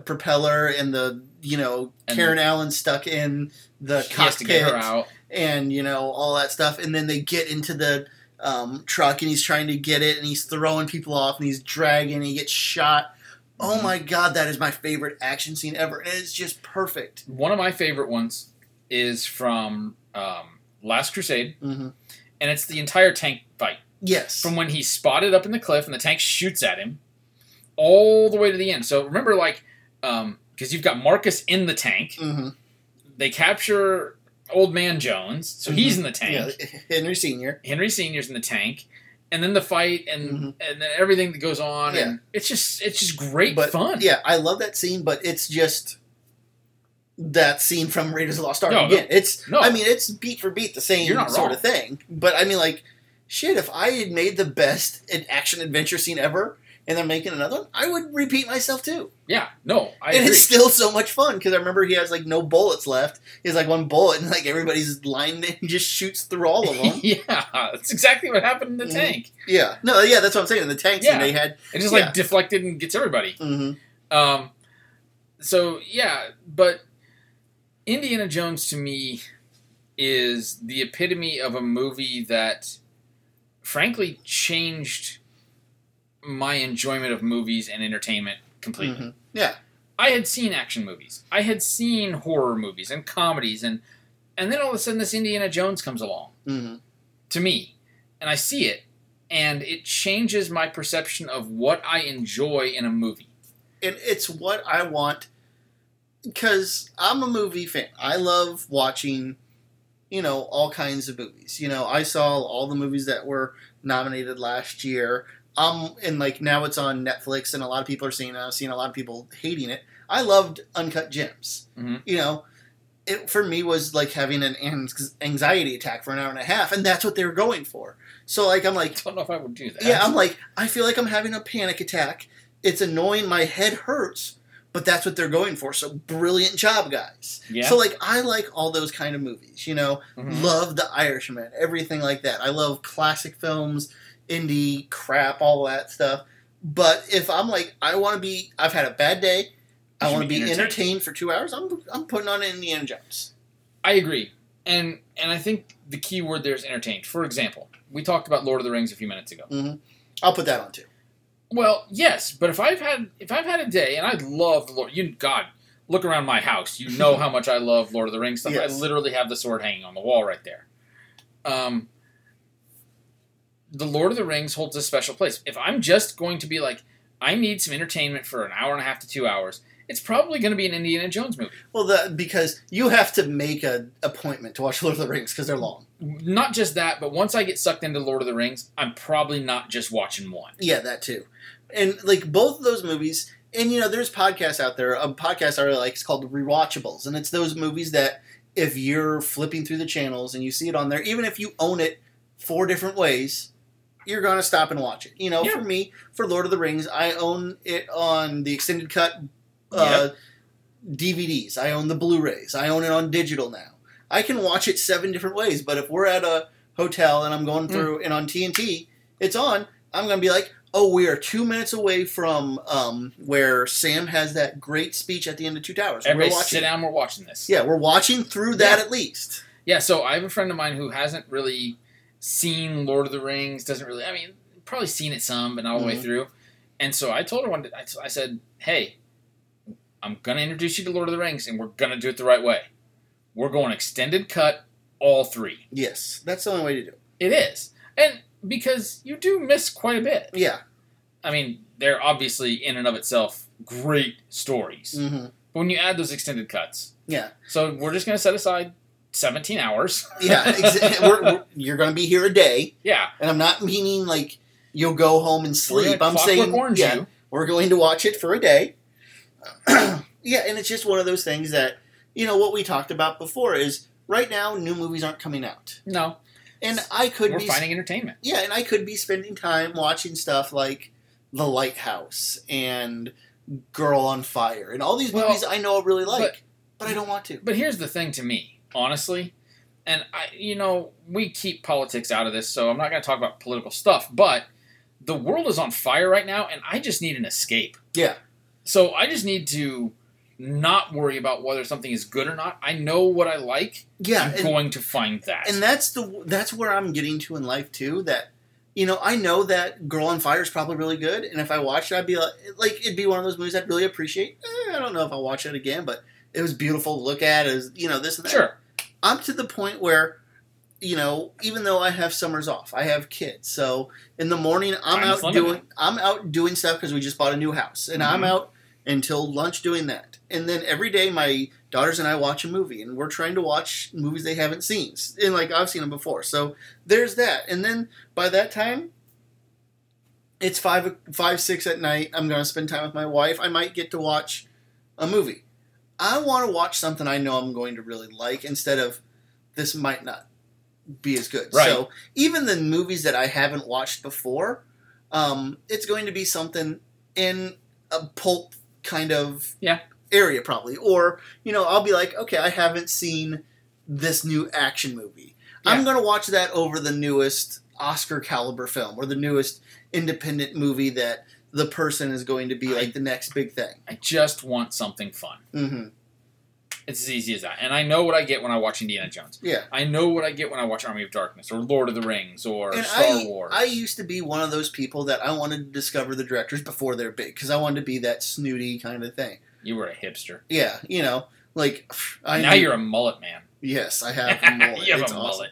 Speaker 2: propeller, and the you know
Speaker 1: And-
Speaker 2: Karen Allen stuck in the
Speaker 1: she
Speaker 2: cockpit.
Speaker 1: has to get her out.
Speaker 2: and you know all that stuff and then they get into the um, truck and he's trying to get it and he's throwing people off and he's dragging and he gets shot oh
Speaker 1: Mhm.
Speaker 2: my god that is my favorite action scene ever and it's just perfect
Speaker 1: One of my favorite ones is from um, Last Crusade,
Speaker 2: hmm
Speaker 1: and it's the entire tank fight
Speaker 2: Yes.
Speaker 1: Mm-hmm. from when he's spotted up in the cliff and the tank shoots at him, all the way to the end. So remember, like, because you've got Marcus in the tank,
Speaker 2: hmm
Speaker 1: they capture Old Man Jones, so he's in the tank.
Speaker 2: Mm-hmm. Yeah, Henry Senior.
Speaker 1: Henry Senior's in the tank, and then the fight, and
Speaker 2: Mhm.
Speaker 1: and then everything that goes on,
Speaker 2: Yeah.
Speaker 1: and it's just it's just great
Speaker 2: But
Speaker 1: fun.
Speaker 2: yeah, I love that scene, but it's just that scene from Raiders of the Lost Ark
Speaker 1: No, no.
Speaker 2: again. It's
Speaker 1: No.
Speaker 2: I mean it's beat for beat the same
Speaker 1: You're not
Speaker 2: sort
Speaker 1: wrong.
Speaker 2: of thing. But I mean like shit, if I had made the best action adventure scene ever and they're making another one, I would repeat myself too.
Speaker 1: Yeah, no, I
Speaker 2: and
Speaker 1: agree.
Speaker 2: it's still so much fun because I remember he has like no bullets left. He has like one bullet, and like everybody's lined and just shoots through all of them.
Speaker 1: yeah, that's exactly what happened in the
Speaker 2: Mhm.
Speaker 1: tank.
Speaker 2: yeah, no, yeah, that's what I'm saying. The tanks
Speaker 1: Yeah.
Speaker 2: and they had,
Speaker 1: It just
Speaker 2: Yeah.
Speaker 1: like deflected and gets everybody.
Speaker 2: mhm.
Speaker 1: Um, so yeah, but Indiana Jones to me is the epitome of a movie that, frankly, changed my enjoyment of movies and entertainment completely.
Speaker 2: Mhm. yeah,
Speaker 1: I had seen action movies. I had seen horror movies and comedies and and then all of a sudden this Indiana Jones comes along
Speaker 2: Mhm.
Speaker 1: to me and I see it and it changes my perception of what I enjoy in a movie.
Speaker 2: and it's what I want because I'm a movie fan. I love watching, you know, all kinds of movies. You know, I saw all the movies that were nominated last year. Um, and like now it's on Netflix, and a lot of people are seeing it. I've seen a lot of people hating it. I loved Uncut Gems.
Speaker 1: Mhm.
Speaker 2: You know, it for me was like having an anx- anxiety attack for an hour and a half, and that's what they were going for. So like I'm like,
Speaker 1: I don't know if I would do that.
Speaker 2: yeah, I'm like, I feel like I'm having a panic attack. It's annoying. My head hurts, but that's what they're going for. So brilliant job, guys.
Speaker 1: yeah.
Speaker 2: So like, I like all those kind of movies. You know,
Speaker 1: Mhm.
Speaker 2: love The Irishman, everything like that. I love classic films, indie crap, all that stuff. But if I'm like, I want to be, I've had a bad day. I
Speaker 1: You
Speaker 2: want to
Speaker 1: should
Speaker 2: be
Speaker 1: be
Speaker 2: entertained.
Speaker 1: entertained.
Speaker 2: for two hours. I'm, I'm putting on Indiana Jones.
Speaker 1: I agree. And and I think the key word there is entertained. For example, we talked about Lord of the Rings a few minutes ago.
Speaker 2: I'll put that on too.
Speaker 1: Well, yes, but if I've had if I've had a day and I love the Lord, you God, look around my house. You know how much I love Lord of the Rings stuff.
Speaker 2: Yes.
Speaker 1: I literally have the sword hanging on the wall right there. Um, the Lord of the Rings holds a special place. If I'm just going to be like, I need some entertainment for an hour and a half to two hours, it's probably going to be an Indiana Jones movie.
Speaker 2: Well, the, because you have to make an appointment to watch Lord of the Rings because they're long.
Speaker 1: Not just that, but once I get sucked into Lord of the Rings, I'm probably not just watching one.
Speaker 2: Yeah, that too. And like both of those movies, and you know, there's podcasts out there. A podcast I really like is called Rewatchables, and it's those movies that if you're flipping through the channels and you see it on there, even if you own it four different ways, you're gonna stop and watch it. You know,
Speaker 1: Yeah.
Speaker 2: for me, for Lord of the Rings, I own it on the extended cut uh, DVDs. I own the Blu-rays. I own it on digital now. I can watch it seven different ways. But if we're at a hotel and I'm
Speaker 1: Mm.
Speaker 2: going through and on TNT, it's on. I'm gonna be like, oh, we are two minutes away from um, where Sam has that great speech at the end of Two Towers.
Speaker 1: Everybody
Speaker 2: we're watching.
Speaker 1: sit down, we're watching this.
Speaker 2: Yeah, we're watching through that
Speaker 1: Yeah.
Speaker 2: at least.
Speaker 1: Yeah, so I have a friend of mine who hasn't really seen Lord of the Rings, doesn't really, I mean, probably seen it some, but not all the way
Speaker 2: Mhm.
Speaker 1: through. And so I told her one day, I, I said, hey, I'm going to introduce you to Lord of the Rings, and we're going to do it the right way. We're going extended cut, all three.
Speaker 2: Yes, that's the only way to do it.
Speaker 1: It is. And because you do miss quite a bit.
Speaker 2: Yeah.
Speaker 1: I mean, they're obviously, in and of itself, great stories.
Speaker 2: hmm
Speaker 1: But when you add those extended cuts,
Speaker 2: Yeah.
Speaker 1: so we're just going to set aside 17 hours.
Speaker 2: Yeah. exa- we're, we're, you're gonna be here a day,
Speaker 1: yeah.
Speaker 2: and I'm not meaning like you'll go home and
Speaker 1: we're gonna
Speaker 2: sleep. I'm
Speaker 1: Clockwork
Speaker 2: saying,
Speaker 1: Orange
Speaker 2: yeah,
Speaker 1: you.
Speaker 2: we're going to watch it for a day. yeah, and it's just one of those things that, you know, what we talked about before is right now new movies aren't coming out.
Speaker 1: No,
Speaker 2: And I could
Speaker 1: we're
Speaker 2: be
Speaker 1: finding entertainment.
Speaker 2: Yeah, and I could be spending time watching stuff like The Lighthouse and Girl on Fire and all these
Speaker 1: Well,
Speaker 2: movies I know I really like, but, I don't want to.
Speaker 1: But here's the thing to me, honestly, and I, you know, we keep politics out of this, so I'm not going to talk about political stuff. But the world is on fire right now, and I just need an escape.
Speaker 2: Yeah.
Speaker 1: So I just need to not worry about whether something is good or not. I know what I like.
Speaker 2: Yeah,
Speaker 1: I'm
Speaker 2: and-
Speaker 1: going to find that.
Speaker 2: and that's the that's where I'm getting to in life too. That you know, I know that Girl on Fire is probably really good, and if I watched it, I'd be like, like it'd be one of those movies I'd really appreciate. Eh, I don't know if I'll watch it again, but it was beautiful to look at. It was, you know this and that.
Speaker 1: sure.
Speaker 2: I'm to the point where, you know, even though I have summers off, I have kids. So in the morning, I'm
Speaker 1: Time is
Speaker 2: out
Speaker 1: limited.
Speaker 2: doing I'm out doing stuff because we just bought a new house, and I'm
Speaker 1: Mhm.
Speaker 2: out until lunch doing that. And then every day, my daughters and I watch a movie, and we're trying to watch movies they haven't seen, and like I've seen them before. So there's that. And then by that time, it's five five six at night. I'm gonna spend time with my wife. I might get to watch a movie. I want to watch something I know I'm going to really like instead of this might not be as good.
Speaker 1: Right.
Speaker 2: So even the movies that I haven't watched before, um, it's going to be something in a pulp kind of
Speaker 1: Yeah.
Speaker 2: area probably, or you know I'll be like, okay, I haven't seen this new action movie. I'm
Speaker 1: Yeah.
Speaker 2: going to watch that over the newest Oscar caliber film or the newest independent movie that the person is going to be
Speaker 1: I-
Speaker 2: like the next big thing.
Speaker 1: I just want something fun.
Speaker 2: hmm
Speaker 1: It's as easy as that. And I know what I get when I watch Indiana Jones.
Speaker 2: Yeah.
Speaker 1: I know what I get when I watch Army of Darkness or Lord of the Rings or
Speaker 2: And
Speaker 1: Star
Speaker 2: I,
Speaker 1: Wars.
Speaker 2: I used to be one of those people that I wanted to discover the directors before they're big because I wanted to be that snooty kind of thing.
Speaker 1: you were a hipster.
Speaker 2: Yeah, you know, like I
Speaker 1: now you're a mullet man.
Speaker 2: yes, I have a mullet.
Speaker 1: you have
Speaker 2: It's
Speaker 1: a
Speaker 2: awesome.
Speaker 1: mullet.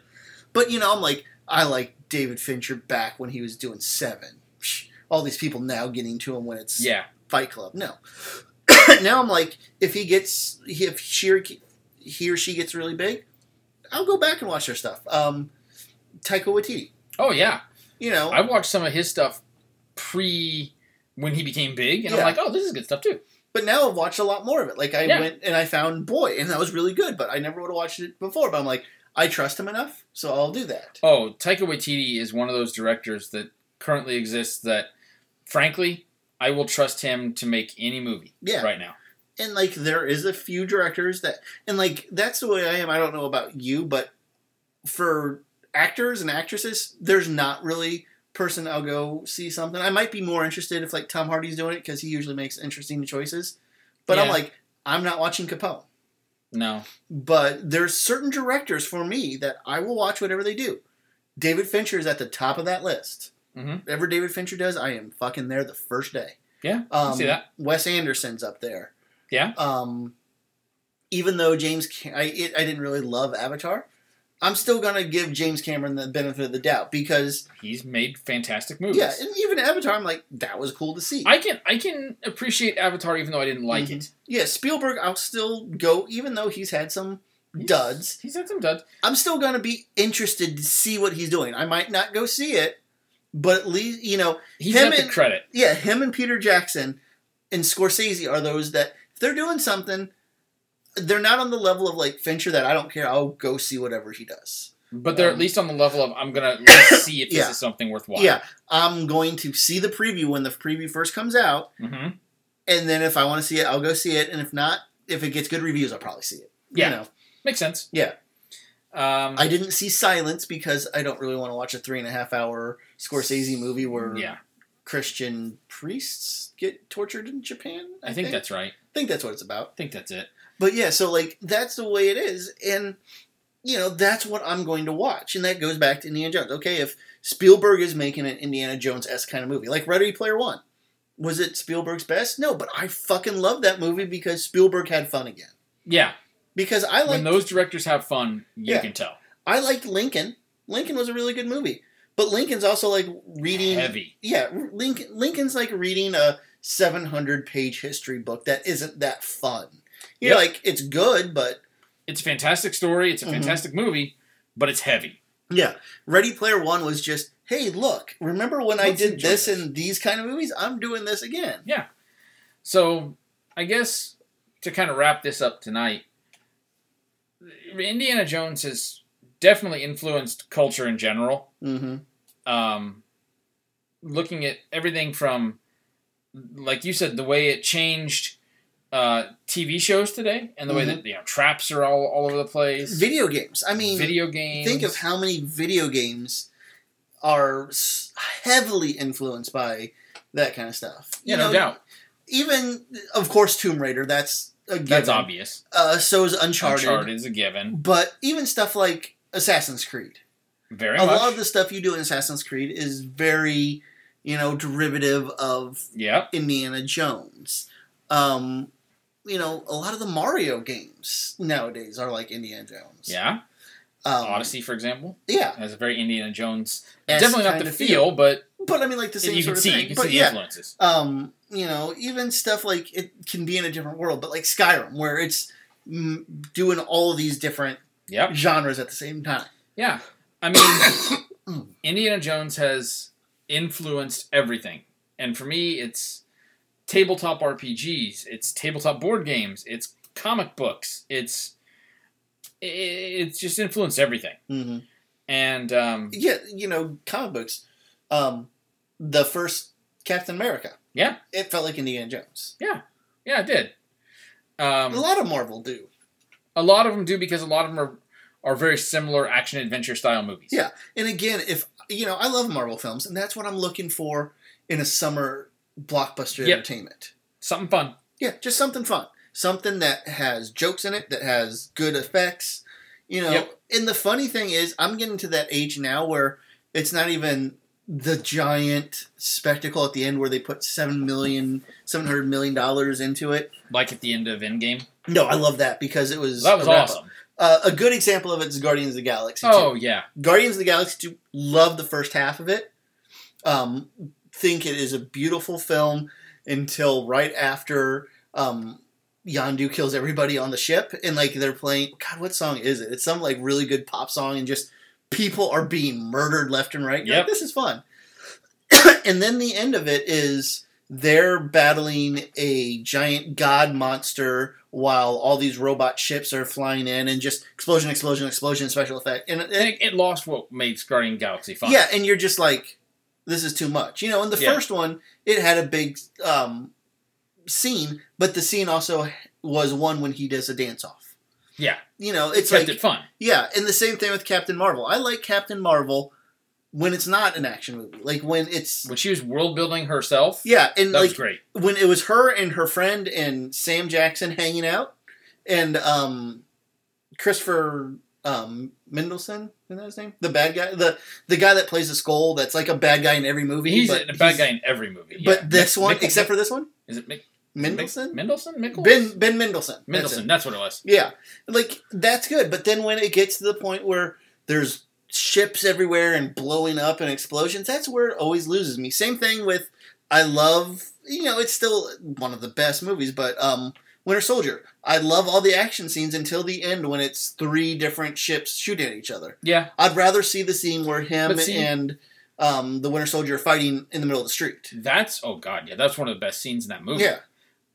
Speaker 2: But you know, I'm like I like David Fincher back when he was doing Seven. Psh, All these people now getting to him when it's
Speaker 1: Yeah.
Speaker 2: Fight Club. No. now I'm like, if he gets, if she or, he or she gets really big, I'll go back and watch their stuff. Um, Taika Waititi,
Speaker 1: Oh yeah.
Speaker 2: you know,
Speaker 1: I watched some of his stuff pre when he became big, and
Speaker 2: Yeah.
Speaker 1: I'm like, oh, this is good stuff too.
Speaker 2: but now I've watched a lot more of it. Like I
Speaker 1: Yeah.
Speaker 2: went and I found Boy, and that was really good, but I never would have watched it before. But I'm like, I trust him enough, so I'll do that.
Speaker 1: Oh, Taika Waititi is one of those directors that currently exists that, frankly, I will trust him to make any movie
Speaker 2: Yeah.
Speaker 1: right now.
Speaker 2: and like there is a few directors that and like that's the way I am. I don't know about you, but for actors and actresses, there's not really person I'll go see something. I might be more interested if like Tom Hardy's doing it because he usually makes interesting choices. But I'm
Speaker 1: Yeah.
Speaker 2: like, I'm not watching Capone.
Speaker 1: No.
Speaker 2: But there's certain directors for me that I will watch whatever they do. David Fincher is at the top of that list.
Speaker 1: Mhm.
Speaker 2: Whatever David Fincher does, I am fucking there the first day.
Speaker 1: Yeah.
Speaker 2: Um,
Speaker 1: see that.
Speaker 2: Wes Anderson's up there.
Speaker 1: Yeah.
Speaker 2: Um, even though James, Cam- I it, I didn't really love Avatar, I'm still gonna give James Cameron the benefit of the doubt because
Speaker 1: He's made fantastic movies.
Speaker 2: yeah, and even Avatar, I'm like that was cool to see.
Speaker 1: I can I can appreciate Avatar even though I didn't like it.
Speaker 2: yeah, Spielberg, I'll still go even though he's had some
Speaker 1: He's-
Speaker 2: duds.
Speaker 1: He's had some duds.
Speaker 2: I'm still gonna be interested to see what he's doing. I might not go see it, but at least you know
Speaker 1: He's
Speaker 2: Him
Speaker 1: got the
Speaker 2: and-
Speaker 1: credit.
Speaker 2: yeah, him and Peter Jackson and Scorsese are those that if they're doing something, they're not on the level of like Fincher that I don't care. I'll go see whatever he does.
Speaker 1: But they're
Speaker 2: Um,
Speaker 1: at least on the level of I'm gonna let's see if this
Speaker 2: Yeah.
Speaker 1: is something worthwhile.
Speaker 2: Yeah, I'm going to see the preview when the preview first comes out,
Speaker 1: hmm
Speaker 2: and then if I want to see it, I'll go see it. And if not, if it gets good reviews, I'll probably see it.
Speaker 1: Yeah.
Speaker 2: You know,
Speaker 1: Makes sense.
Speaker 2: Yeah.
Speaker 1: Um,
Speaker 2: I didn't see Silence because I don't really want to watch a three and a half hour Scorsese movie where
Speaker 1: yeah,
Speaker 2: Christian priests get tortured in Japan.
Speaker 1: I think, that's right.
Speaker 2: I think that's what it's about.
Speaker 1: I think that's it.
Speaker 2: But yeah, so like that's the way it is, and you know that's what I'm going to watch, and that goes back to Indiana Jones. Okay, if Spielberg is making an Indiana Jones esque kind of movie, like Ready Player One, was it Spielberg's best? No, but I fucking love that movie because Spielberg had fun again.
Speaker 1: Yeah.
Speaker 2: Because I
Speaker 1: when
Speaker 2: like
Speaker 1: those directors have fun, you
Speaker 2: Yeah.
Speaker 1: can tell.
Speaker 2: I liked Lincoln. Lincoln was a really good movie, but Lincoln's also like reading.
Speaker 1: Heavy.
Speaker 2: Yeah, Lincoln, Lincoln's like reading a 700 page history book that isn't that fun. You know,
Speaker 1: Yep.
Speaker 2: like it's good, but
Speaker 1: It's a fantastic story. It's a
Speaker 2: Mhm.
Speaker 1: fantastic movie, but it's heavy.
Speaker 2: Yeah. Ready Player One was just, hey, look, remember when I
Speaker 1: Let's
Speaker 2: did
Speaker 1: enjoy
Speaker 2: this
Speaker 1: this.
Speaker 2: in these kind of movies? I'm doing this again.
Speaker 1: So I guess to kind of wrap this up tonight, Indiana Jones has definitely influenced culture in general.
Speaker 2: Mm-hmm.
Speaker 1: um, looking at everything from, like you said, the way it changed uh, TV shows today, and the way
Speaker 2: Mhm.
Speaker 1: that you know traps are all, all over the place.
Speaker 2: Video games. I mean,
Speaker 1: video games.
Speaker 2: think of how many video games are s- heavily influenced by that kind of stuff.
Speaker 1: yeah, no doubt.
Speaker 2: Even, of course, Tomb Raider. That's a given.
Speaker 1: That's obvious.
Speaker 2: Uh, so is Uncharted.
Speaker 1: Uncharted. is a given.
Speaker 2: But even stuff like Assassin's Creed.
Speaker 1: Very
Speaker 2: a
Speaker 1: much.
Speaker 2: lot of the stuff you do in Assassin's Creed is very, you know, derivative of
Speaker 1: yep.
Speaker 2: Indiana Jones. Um, you know, a lot of the Mario games nowadays are like Indiana Jones.
Speaker 1: Yeah.
Speaker 2: Um,
Speaker 1: Odyssey, for example,
Speaker 2: Yeah.
Speaker 1: has a very Indiana Jones.
Speaker 2: That's
Speaker 1: Definitely not
Speaker 2: kind
Speaker 1: the
Speaker 2: of
Speaker 1: feel, but
Speaker 2: But I mean, like the same
Speaker 1: you
Speaker 2: sort
Speaker 1: can
Speaker 2: of
Speaker 1: see
Speaker 2: thing.
Speaker 1: you can
Speaker 2: but
Speaker 1: see the
Speaker 2: yeah,
Speaker 1: influences.
Speaker 2: um, you know, even stuff like it can be in a different world, but like Skyrim, where it's mm, doing all these different
Speaker 1: Yep.
Speaker 2: genres at the same time.
Speaker 1: Yeah. I mean, Indiana Jones has influenced everything. And for me, it's tabletop RPGs, it's tabletop board games, it's comic books, it's i- i- it's just influenced everything.
Speaker 2: Mm-hmm.
Speaker 1: And um,
Speaker 2: Yeah, you know, comic books. Um, the first Captain America.
Speaker 1: Yeah.
Speaker 2: it felt like Indiana Jones.
Speaker 1: yeah, it did.
Speaker 2: a
Speaker 1: Um,
Speaker 2: lot of Marvel do.
Speaker 1: a lot of them do because a lot of them are, are very similar action adventure style movies.
Speaker 2: Yeah. And again, if you know, I love Marvel films, and that's what I'm looking for in a summer blockbuster
Speaker 1: Yep.
Speaker 2: entertainment.
Speaker 1: Something fun.
Speaker 2: Yeah, just something fun, something that has jokes in it, that has good effects. You know,
Speaker 1: Yep.
Speaker 2: and the funny thing is, I'm getting to that age now where it's not even the giant spectacle at the end where they put seven million, seven hundred million dollars into it.
Speaker 1: Like at the end of Endgame.
Speaker 2: No, I love that because it was
Speaker 1: That was
Speaker 2: a wrap-up.
Speaker 1: awesome.
Speaker 2: Uh, a good example of it is Guardians of the Galaxy. too.
Speaker 1: Oh, yeah.
Speaker 2: Guardians of the Galaxy 2, love the first half of it. Um, think it is a beautiful film until right after um, Yondu kills everybody on the ship and like they're playing. God, what song is it? It's some like really good pop song and just people are being murdered left and right. You're like,
Speaker 1: Yep.
Speaker 2: this is fun. and then the end of it is they're battling a giant god monster while all these robot ships are flying in and just explosion, explosion, explosion, special effect. And
Speaker 1: And it, it lost what made Guardian Galaxy fun.
Speaker 2: yeah, and you're just like, this is too much. You know, in the
Speaker 1: Yeah.
Speaker 2: first one, it had a big um, scene, but the scene also was one when he does a dance off.
Speaker 1: Yeah.
Speaker 2: You know, it's
Speaker 1: kept
Speaker 2: like,
Speaker 1: it fun.
Speaker 2: yeah, and the same thing with Captain Marvel. I like Captain Marvel when it's not an action movie. Like, when it's.
Speaker 1: when she was world building herself.
Speaker 2: Yeah, and
Speaker 1: that was
Speaker 2: like
Speaker 1: great.
Speaker 2: when it was her and her friend and Sam Jackson hanging out, and um, Christopher um, Mendelson, is that his name? The bad guy, the the guy that plays the skull, that's like a bad guy in every movie.
Speaker 1: He's
Speaker 2: but
Speaker 1: a bad
Speaker 2: he's-
Speaker 1: guy in every movie. yeah.
Speaker 2: But this
Speaker 1: Mick-
Speaker 2: one,
Speaker 1: Mick-
Speaker 2: except for this one,
Speaker 1: is it Mick,
Speaker 2: Mendelson,
Speaker 1: Mendelson? Mickles?
Speaker 2: Ben Ben Mendelson, That's
Speaker 1: Mendelson.
Speaker 2: it.
Speaker 1: That's what it was.
Speaker 2: Yeah, like that's good. But then when it gets to the point where there's ships everywhere and blowing up and explosions, that's where it always loses me. Same thing with I love, you know, it's still one of the best movies, but um Winter Soldier. I love all the action scenes until the end when it's three different ships shooting at each other.
Speaker 1: Yeah,
Speaker 2: I'd rather see the scene where him
Speaker 1: But see-
Speaker 2: and um, the Winter Soldier are fighting in the middle of the street.
Speaker 1: that's oh god, yeah, that's one of the best scenes in that movie.
Speaker 2: Yeah,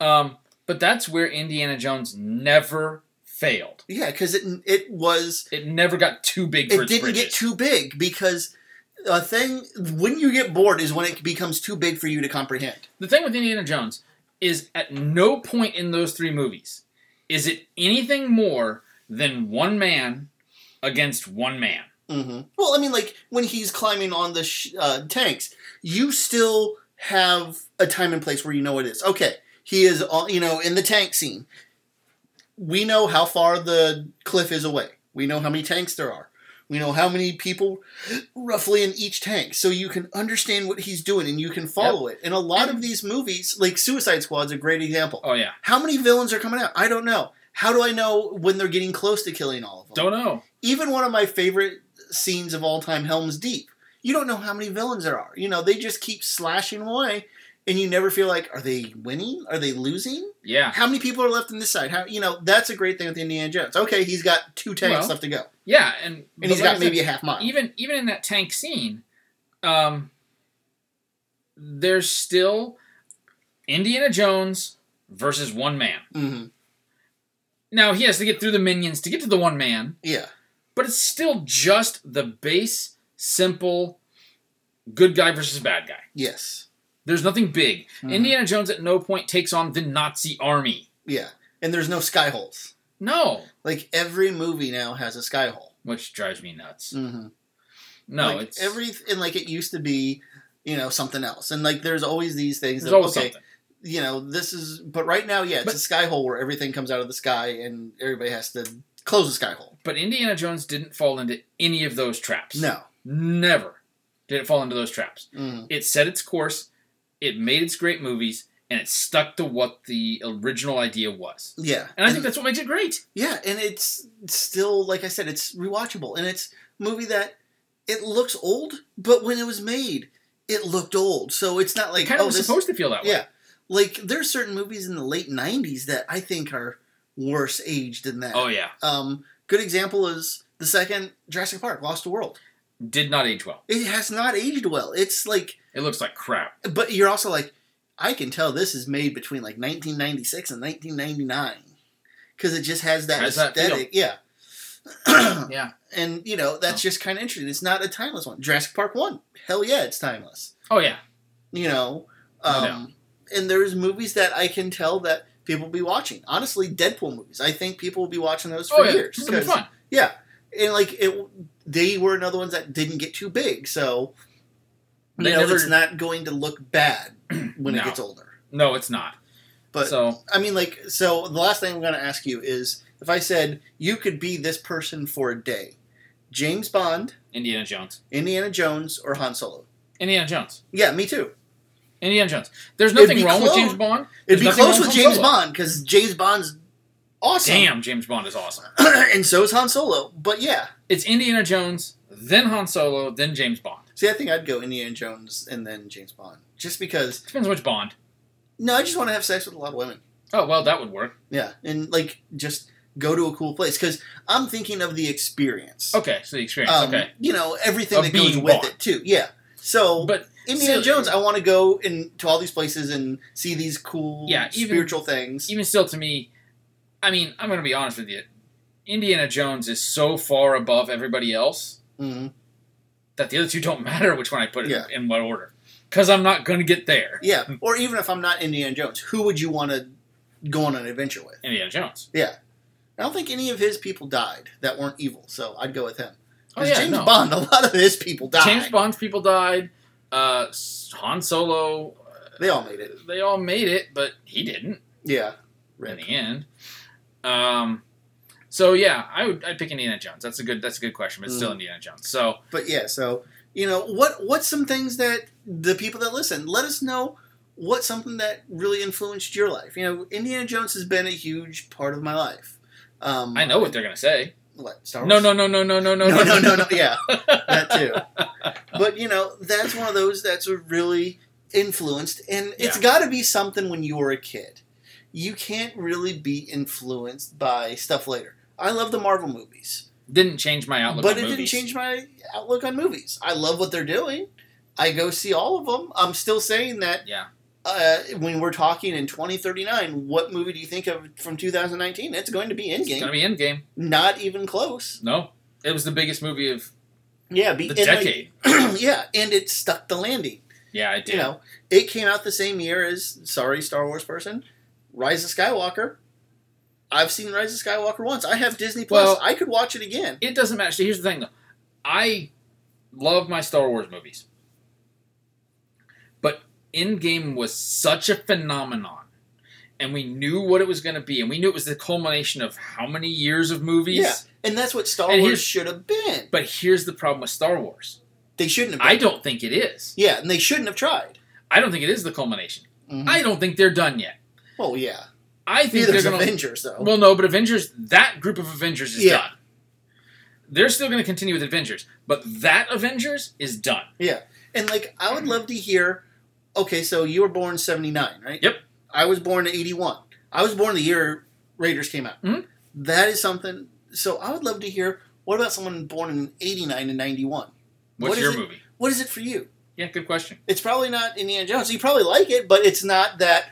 Speaker 1: Um, but that's where Indiana Jones never failed.
Speaker 2: yeah, because it it was
Speaker 1: It never got too big for
Speaker 2: it
Speaker 1: its
Speaker 2: didn't
Speaker 1: bridges.
Speaker 2: get too big because a thing when you get bored is when it becomes too big for you to comprehend.
Speaker 1: the thing with Indiana Jones is at no point in those three movies is it anything more than one man against one man.
Speaker 2: hmm Well, I mean, like when he's climbing on the sh- uh, tanks, you still have a time and place where you know it is. Okay, he is, on, you know, in the tank scene. We know how far the cliff is away. We know how many tanks there are. We know how many people roughly in each tank, so you can understand what he's doing and you can follow it. And a lot of these movies, like Suicide Squad's a great example.
Speaker 1: Oh yeah,
Speaker 2: How many villains are coming out? I don't know. How do I know when they're getting close to killing all of them?
Speaker 1: don't know.
Speaker 2: Even one of my favorite scenes of all time, Helm's Deep. You don't know how many villains there are. You know, they just keep slashing away and you never feel like are they winning? Are they losing?
Speaker 1: Yeah,
Speaker 2: How many people are left on this side? How you know, that's a great thing with Indiana Jones. Okay, he's got two tanks
Speaker 1: Well,
Speaker 2: left to go.
Speaker 1: yeah, and
Speaker 2: And
Speaker 1: but
Speaker 2: he's
Speaker 1: like I
Speaker 2: got
Speaker 1: said,
Speaker 2: maybe a half mile.
Speaker 1: even even in that tank scene, um, there's still Indiana Jones versus one man.
Speaker 2: hmm
Speaker 1: Now he has to get through the minions to get to the one man,
Speaker 2: Yeah.
Speaker 1: but it's still just the base, simple, good guy versus bad guy.
Speaker 2: Yes.
Speaker 1: There's nothing big.
Speaker 2: Mhm.
Speaker 1: Indiana Jones at no point takes on the Nazi army.
Speaker 2: Yeah. And there's no sky holes.
Speaker 1: No,
Speaker 2: Like every movie now has a sky hole.
Speaker 1: which drives me nuts.
Speaker 2: Mm-hmm.
Speaker 1: No,
Speaker 2: like,
Speaker 1: it's
Speaker 2: every and like it used to be, you know, something else. And like there's always these things.
Speaker 1: there's
Speaker 2: that,
Speaker 1: always
Speaker 2: okay,
Speaker 1: something.
Speaker 2: You know, this is. But right now, yeah, it's a
Speaker 1: But-
Speaker 2: sky hole where everything comes out of the sky, and everybody has to close the sky hole.
Speaker 1: But Indiana Jones didn't fall into any of those traps.
Speaker 2: No.
Speaker 1: never did it fall into those traps.
Speaker 2: Mm.
Speaker 1: it set its course, it made its great movies, and it stuck to what the original idea was.
Speaker 2: Yeah.
Speaker 1: And I think that's what makes it great.
Speaker 2: Yeah, and it's still like I said, it's rewatchable, and it's a movie that it looks old, but when it was made, it looked old. So it's not
Speaker 1: It
Speaker 2: like
Speaker 1: kind of
Speaker 2: oh,
Speaker 1: was
Speaker 2: this,
Speaker 1: supposed to feel that way.
Speaker 2: yeah. Like there's certain movies in the late '90s that I think are worse aged than that.
Speaker 1: Oh yeah,
Speaker 2: Um, good example is the second Jurassic Park: Lost World.
Speaker 1: did not age well.
Speaker 2: It has not aged well. It's like,
Speaker 1: It looks like crap.
Speaker 2: but you're also like, I can tell this is made between like 1996 and 1999 because it just has that
Speaker 1: Has that feel.
Speaker 2: aesthetic. yeah.
Speaker 1: Yeah. Oh.
Speaker 2: and you know that's just kind of interesting. It's not a timeless one. Jurassic Park one, hell yeah, it's timeless.
Speaker 1: Oh yeah.
Speaker 2: You know,
Speaker 1: No
Speaker 2: um, and there's movies that I can tell that people will be watching. Honestly, Deadpool movies, I think people will be watching those for
Speaker 1: oh yeah.
Speaker 2: years.
Speaker 1: It's gonna be
Speaker 2: 'cause-
Speaker 1: fun.
Speaker 2: Yeah, and like it, they were another ones that didn't get too big, so you
Speaker 1: They
Speaker 2: know
Speaker 1: never-
Speaker 2: it's not going to look bad when
Speaker 1: No.
Speaker 2: it gets older.
Speaker 1: No, it's not.
Speaker 2: But
Speaker 1: so
Speaker 2: I mean, like, so the last thing I'm going to ask you is if I said you could be this person for a day, James Bond.
Speaker 1: Indiana Jones.
Speaker 2: Indiana Jones or Han Solo.
Speaker 1: Indiana Jones.
Speaker 2: Yeah, me too.
Speaker 1: Indiana Jones. There's
Speaker 2: It'd
Speaker 1: nothing
Speaker 2: be
Speaker 1: wrong with
Speaker 2: close.
Speaker 1: James Bond.
Speaker 2: It'd be
Speaker 1: There's nothing
Speaker 2: close
Speaker 1: wrong
Speaker 2: with
Speaker 1: with Han
Speaker 2: James
Speaker 1: Solo.
Speaker 2: Bond because James Bond's awesome.
Speaker 1: Damn, James Bond is awesome.
Speaker 2: and so is Han Solo. But yeah,
Speaker 1: It's Indiana Jones, then Han Solo, then James Bond.
Speaker 2: see, I think I'd go Indiana Jones and then James Bond, just because.
Speaker 1: Depends which Bond.
Speaker 2: No, I just want to have sex with a lot of women.
Speaker 1: Oh well, that would work.
Speaker 2: Yeah, and like just go to a cool place because I'm thinking of the experience.
Speaker 1: Okay, so the experience.
Speaker 2: Um,
Speaker 1: okay,
Speaker 2: You know everything
Speaker 1: Of
Speaker 2: that goes
Speaker 1: being
Speaker 2: with
Speaker 1: Bond.
Speaker 2: it too. Yeah. So
Speaker 1: but
Speaker 2: Indiana
Speaker 1: still-
Speaker 2: Jones, I want to go and to all these places and see these cool
Speaker 1: Yeah, even-
Speaker 2: spiritual things.
Speaker 1: even still, to me, I mean, I'm going to be honest with you. Indiana Jones is so far above everybody else
Speaker 2: Mhm.
Speaker 1: that the other two don't matter which one I put in,
Speaker 2: Yeah.
Speaker 1: in what order, because I'm not going to get there.
Speaker 2: Yeah, or even if I'm not Indiana Jones, who would you want to go on an adventure with?
Speaker 1: Indiana Jones.
Speaker 2: I don't think any of his people died that weren't evil, so I'd go with him.
Speaker 1: Oh
Speaker 2: 'Cause
Speaker 1: yeah,
Speaker 2: James
Speaker 1: no.
Speaker 2: Bond, a lot of his people died.
Speaker 1: James Bond's people died. Uh, Han Solo.
Speaker 2: They all made it.
Speaker 1: They all made it, but he didn't
Speaker 2: Yeah.
Speaker 1: in the end. Um, so yeah, I would I'd pick Indiana Jones. That's a good that's a good question, but it's still
Speaker 2: Mhm.
Speaker 1: Indiana Jones. So
Speaker 2: But yeah, so you know what? What's some things that the people that listen let us know? What's something that really influenced your life? You know, Indiana Jones has been a huge part of my life. Um,
Speaker 1: I know what they're gonna say.
Speaker 2: What? Star Wars?
Speaker 1: No, no, no, no, no, no, no,
Speaker 2: no, no, no, no. Yeah, that too. But you know, that's one of those that's really influenced, and it's
Speaker 1: Yeah.
Speaker 2: got to be something when you were a kid. You can't really be influenced by stuff later. I love the Marvel movies,
Speaker 1: Didn't change my outlook.
Speaker 2: but
Speaker 1: on
Speaker 2: it didn't
Speaker 1: movies.
Speaker 2: change my outlook on movies. I love what they're doing. I go see all of them. I'm still saying that
Speaker 1: Yeah,
Speaker 2: uh, when we're talking in 2039, what movie do you think of from 2019? It's going to be
Speaker 1: it's
Speaker 2: Endgame.
Speaker 1: gonna be Endgame.
Speaker 2: Not even close.
Speaker 1: No, it was the biggest movie of
Speaker 2: Yeah, be,
Speaker 1: the
Speaker 2: and, like,
Speaker 1: decade.
Speaker 2: yeah, and it stuck the landing.
Speaker 1: yeah, it did.
Speaker 2: You know, it came out the same year as sorry, Star Wars person, Rise of Skywalker. I've seen Rise of Skywalker once. I have Disney Plus.
Speaker 1: Well-
Speaker 2: I could watch it again.
Speaker 1: It doesn't matter. So here's the thing, though. I love my Star Wars movies, but Endgame was such a phenomenon, and we knew what it was gonna be, and we knew it was the culmination of how many years of movies.
Speaker 2: Yeah. And that's what Star
Speaker 1: And
Speaker 2: Wars
Speaker 1: here's-
Speaker 2: should have been.
Speaker 1: But here's the problem with Star Wars.
Speaker 2: They shouldn't have
Speaker 1: I
Speaker 2: been.
Speaker 1: don't think it is.
Speaker 2: yeah, and they shouldn't have tried.
Speaker 1: I don't think it is the culmination.
Speaker 2: Mhm.
Speaker 1: I don't think they're done yet.
Speaker 2: oh yeah.
Speaker 1: Mm-hmm. I think
Speaker 2: Neither's
Speaker 1: they're gonna
Speaker 2: Avengers though.
Speaker 1: Well, no, but Avengers, that group of Avengers is
Speaker 2: Yeah.
Speaker 1: done. They're still going to continue with Avengers, but that Avengers is done.
Speaker 2: and like I would love to hear okay, so you were born seventy nine, right?
Speaker 1: Yep.
Speaker 2: I was born in eighty one. I was born the year Raiders came out.
Speaker 1: Mhm.
Speaker 2: That is something so I would love to hear what about someone born in eighty nine and ninety one?
Speaker 1: What's
Speaker 2: What is
Speaker 1: your
Speaker 2: it?
Speaker 1: movie?
Speaker 2: what is it for you?
Speaker 1: Yeah, good question.
Speaker 2: It's probably not Indiana Jones. You probably like it, but it's not that.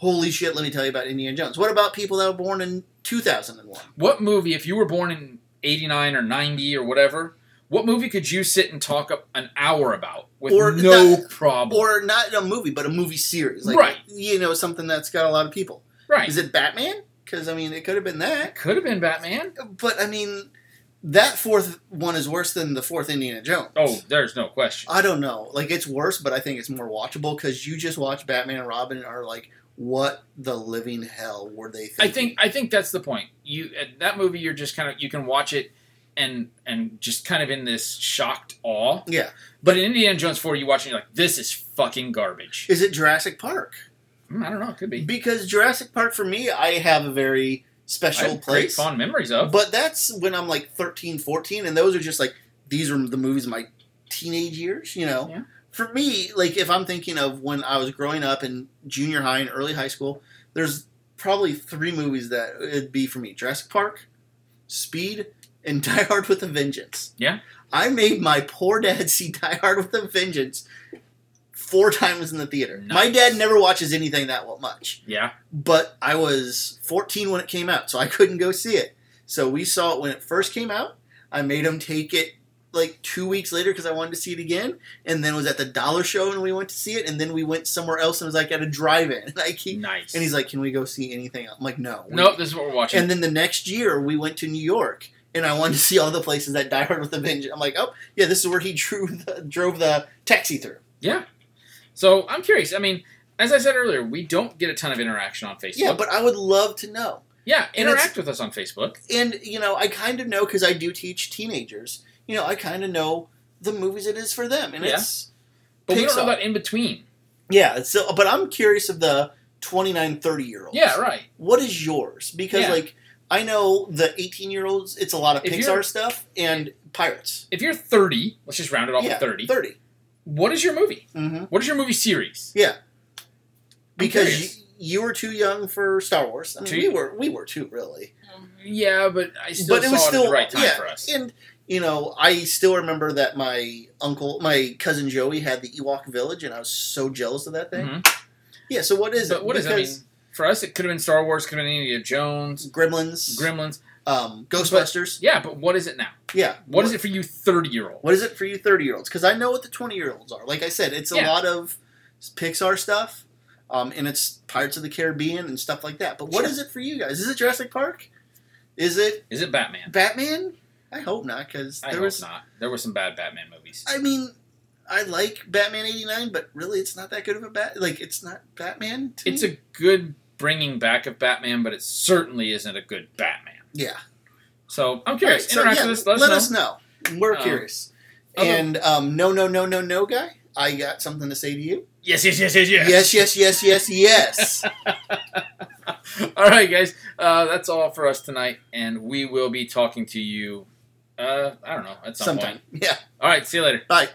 Speaker 2: Holy shit! Let me tell you about Indiana Jones. What about people that were born in two thousand and one?
Speaker 1: What movie, if you were born in 89 or 90 or whatever, what movie could you sit and talk up an hour about with
Speaker 2: Or
Speaker 1: no
Speaker 2: that-
Speaker 1: problem?
Speaker 2: Or not a movie, but a movie series, like
Speaker 1: Right.
Speaker 2: you know something that's got a lot of people.
Speaker 1: right.
Speaker 2: Is it Batman? Because I mean, it could have been that.
Speaker 1: could have been Batman.
Speaker 2: But I mean, that fourth one is worse than the fourth Indiana Jones.
Speaker 1: Oh, there's no question.
Speaker 2: I don't know. Like it's worse, but I think it's more watchable because you just watch Batman and Robin and are like, what the living hell were they? Thinking?
Speaker 1: I think I think that's the point. You at that movie, you're just kind of you can watch it and and just kind of in this shocked awe.
Speaker 2: Yeah.
Speaker 1: But in Indiana Jones four, you watch it, and you're like, this is fucking garbage.
Speaker 2: Is it Jurassic Park?
Speaker 1: Mm, I don't know. It could be.
Speaker 2: Because Jurassic Park for me, I have a
Speaker 1: I
Speaker 2: very
Speaker 1: have
Speaker 2: special
Speaker 1: great
Speaker 2: place.
Speaker 1: fond memories of.
Speaker 2: But that's when I'm like 13, 14, and those are just like these are the movies of my teenage years, you know.
Speaker 1: Yeah.
Speaker 2: For me, like if I'm thinking of when I was growing up in junior high and early high school, there's probably three movies that it'd be for me: Jurassic Park, Speed, and Die Hard with a Vengeance.
Speaker 1: Yeah.
Speaker 2: I made my poor dad see Die Hard with a Vengeance four times in the theater. My
Speaker 1: Nice.
Speaker 2: dad never watches anything that much
Speaker 1: yeah.
Speaker 2: but I was 14 when it came out, so I couldn't go see it. So we saw it when it first came out. I made him take it like two weeks later because I wanted to see it again, and then it was at the dollar show and we went to see it, and then we went somewhere else and it was like at a drive-in. And I keep
Speaker 1: Nice.
Speaker 2: and he's like, "Can we go see anything?" else? I'm like, "No." we-
Speaker 1: nope. This is what we're watching.
Speaker 2: And then the next year we went to New York, and I wanted to see all the places that Die Hard with a Vengeance. I'm like, "Oh yeah, this is where he drew the, drove the taxi through."
Speaker 1: so I'm curious. I mean, as I said earlier, we don't get a ton of interaction on Facebook.
Speaker 2: Yeah, but I would love to know.
Speaker 1: Yeah,
Speaker 2: And it's-
Speaker 1: interact with us on Facebook.
Speaker 2: and you know i kind of know because i do teach teenagers you know i kind of know the movies it is for them and
Speaker 1: Yeah.
Speaker 2: it's
Speaker 1: But we don't
Speaker 2: Pixar.
Speaker 1: know about in between.
Speaker 2: yeah so but i'm curious of the 29 30 year olds
Speaker 1: Yeah, right.
Speaker 2: what is yours because
Speaker 1: Yeah.
Speaker 2: like i know the 18 year olds it's a lot of
Speaker 1: If
Speaker 2: pixar
Speaker 1: you're-
Speaker 2: stuff and pirates
Speaker 1: If you're 30, let's just round it off
Speaker 2: yeah
Speaker 1: to 30.
Speaker 2: 30
Speaker 1: What is your movie?
Speaker 2: hmm
Speaker 1: What is your movie series?
Speaker 2: yeah because
Speaker 1: curious.
Speaker 2: you, you were too young for star wars I mean,
Speaker 1: Too-
Speaker 2: we were we were too really
Speaker 1: Yeah, but I still
Speaker 2: but it
Speaker 1: saw
Speaker 2: was
Speaker 1: it
Speaker 2: still
Speaker 1: at the right time
Speaker 2: yeah,
Speaker 1: for us.
Speaker 2: And you know, I still remember that my uncle, my cousin Joey, had the Ewok village, and I was so jealous of that thing.
Speaker 1: Mhm.
Speaker 2: Yeah. So what is
Speaker 1: But
Speaker 2: it?
Speaker 1: what is it? I mean,
Speaker 2: Because
Speaker 1: for us, it could have been Star Wars, could have been Indiana Jones,
Speaker 2: Gremlins,
Speaker 1: Gremlins.
Speaker 2: um, Ghostbusters.
Speaker 1: Yeah, but what is it now?
Speaker 2: yeah.
Speaker 1: What is it for you 30 year old?
Speaker 2: What is it for you, thirty-year-olds? Because I know what the twenty-year-olds are. Like I said, it's a
Speaker 1: Yeah.
Speaker 2: lot of Pixar stuff. Um, and it's Pirates of the Caribbean and stuff like that. But what
Speaker 1: Sure.
Speaker 2: is it for you guys? Is it Jurassic Park? Is it
Speaker 1: Is it Batman?
Speaker 2: Batman? I hope not, because
Speaker 1: I
Speaker 2: there
Speaker 1: hope
Speaker 2: was
Speaker 1: not. There were some bad Batman movies.
Speaker 2: I mean, I like Batman '89, but really, it's not that good of a bat. Like, it's not Batman. To
Speaker 1: it's
Speaker 2: me.
Speaker 1: a good bringing back of Batman, but it certainly isn't a good Batman.
Speaker 2: yeah.
Speaker 1: So I'm curious.
Speaker 2: All right,
Speaker 1: Interact
Speaker 2: so, yeah,
Speaker 1: with us. Let, us know.
Speaker 2: We're
Speaker 1: Um,
Speaker 2: curious.
Speaker 1: other-
Speaker 2: And um, no, no, no, no, no, guy. I got something to say to you.
Speaker 1: Yes, yes, yes, yes, yes.
Speaker 2: Yes, yes, yes, yes, yes.
Speaker 1: All right, guys. Uh, that's all for us tonight, and we will be talking to you. Uh, I don't know at some
Speaker 2: Sometime.
Speaker 1: point.
Speaker 2: Yeah.
Speaker 1: All right. See you later.
Speaker 2: Bye.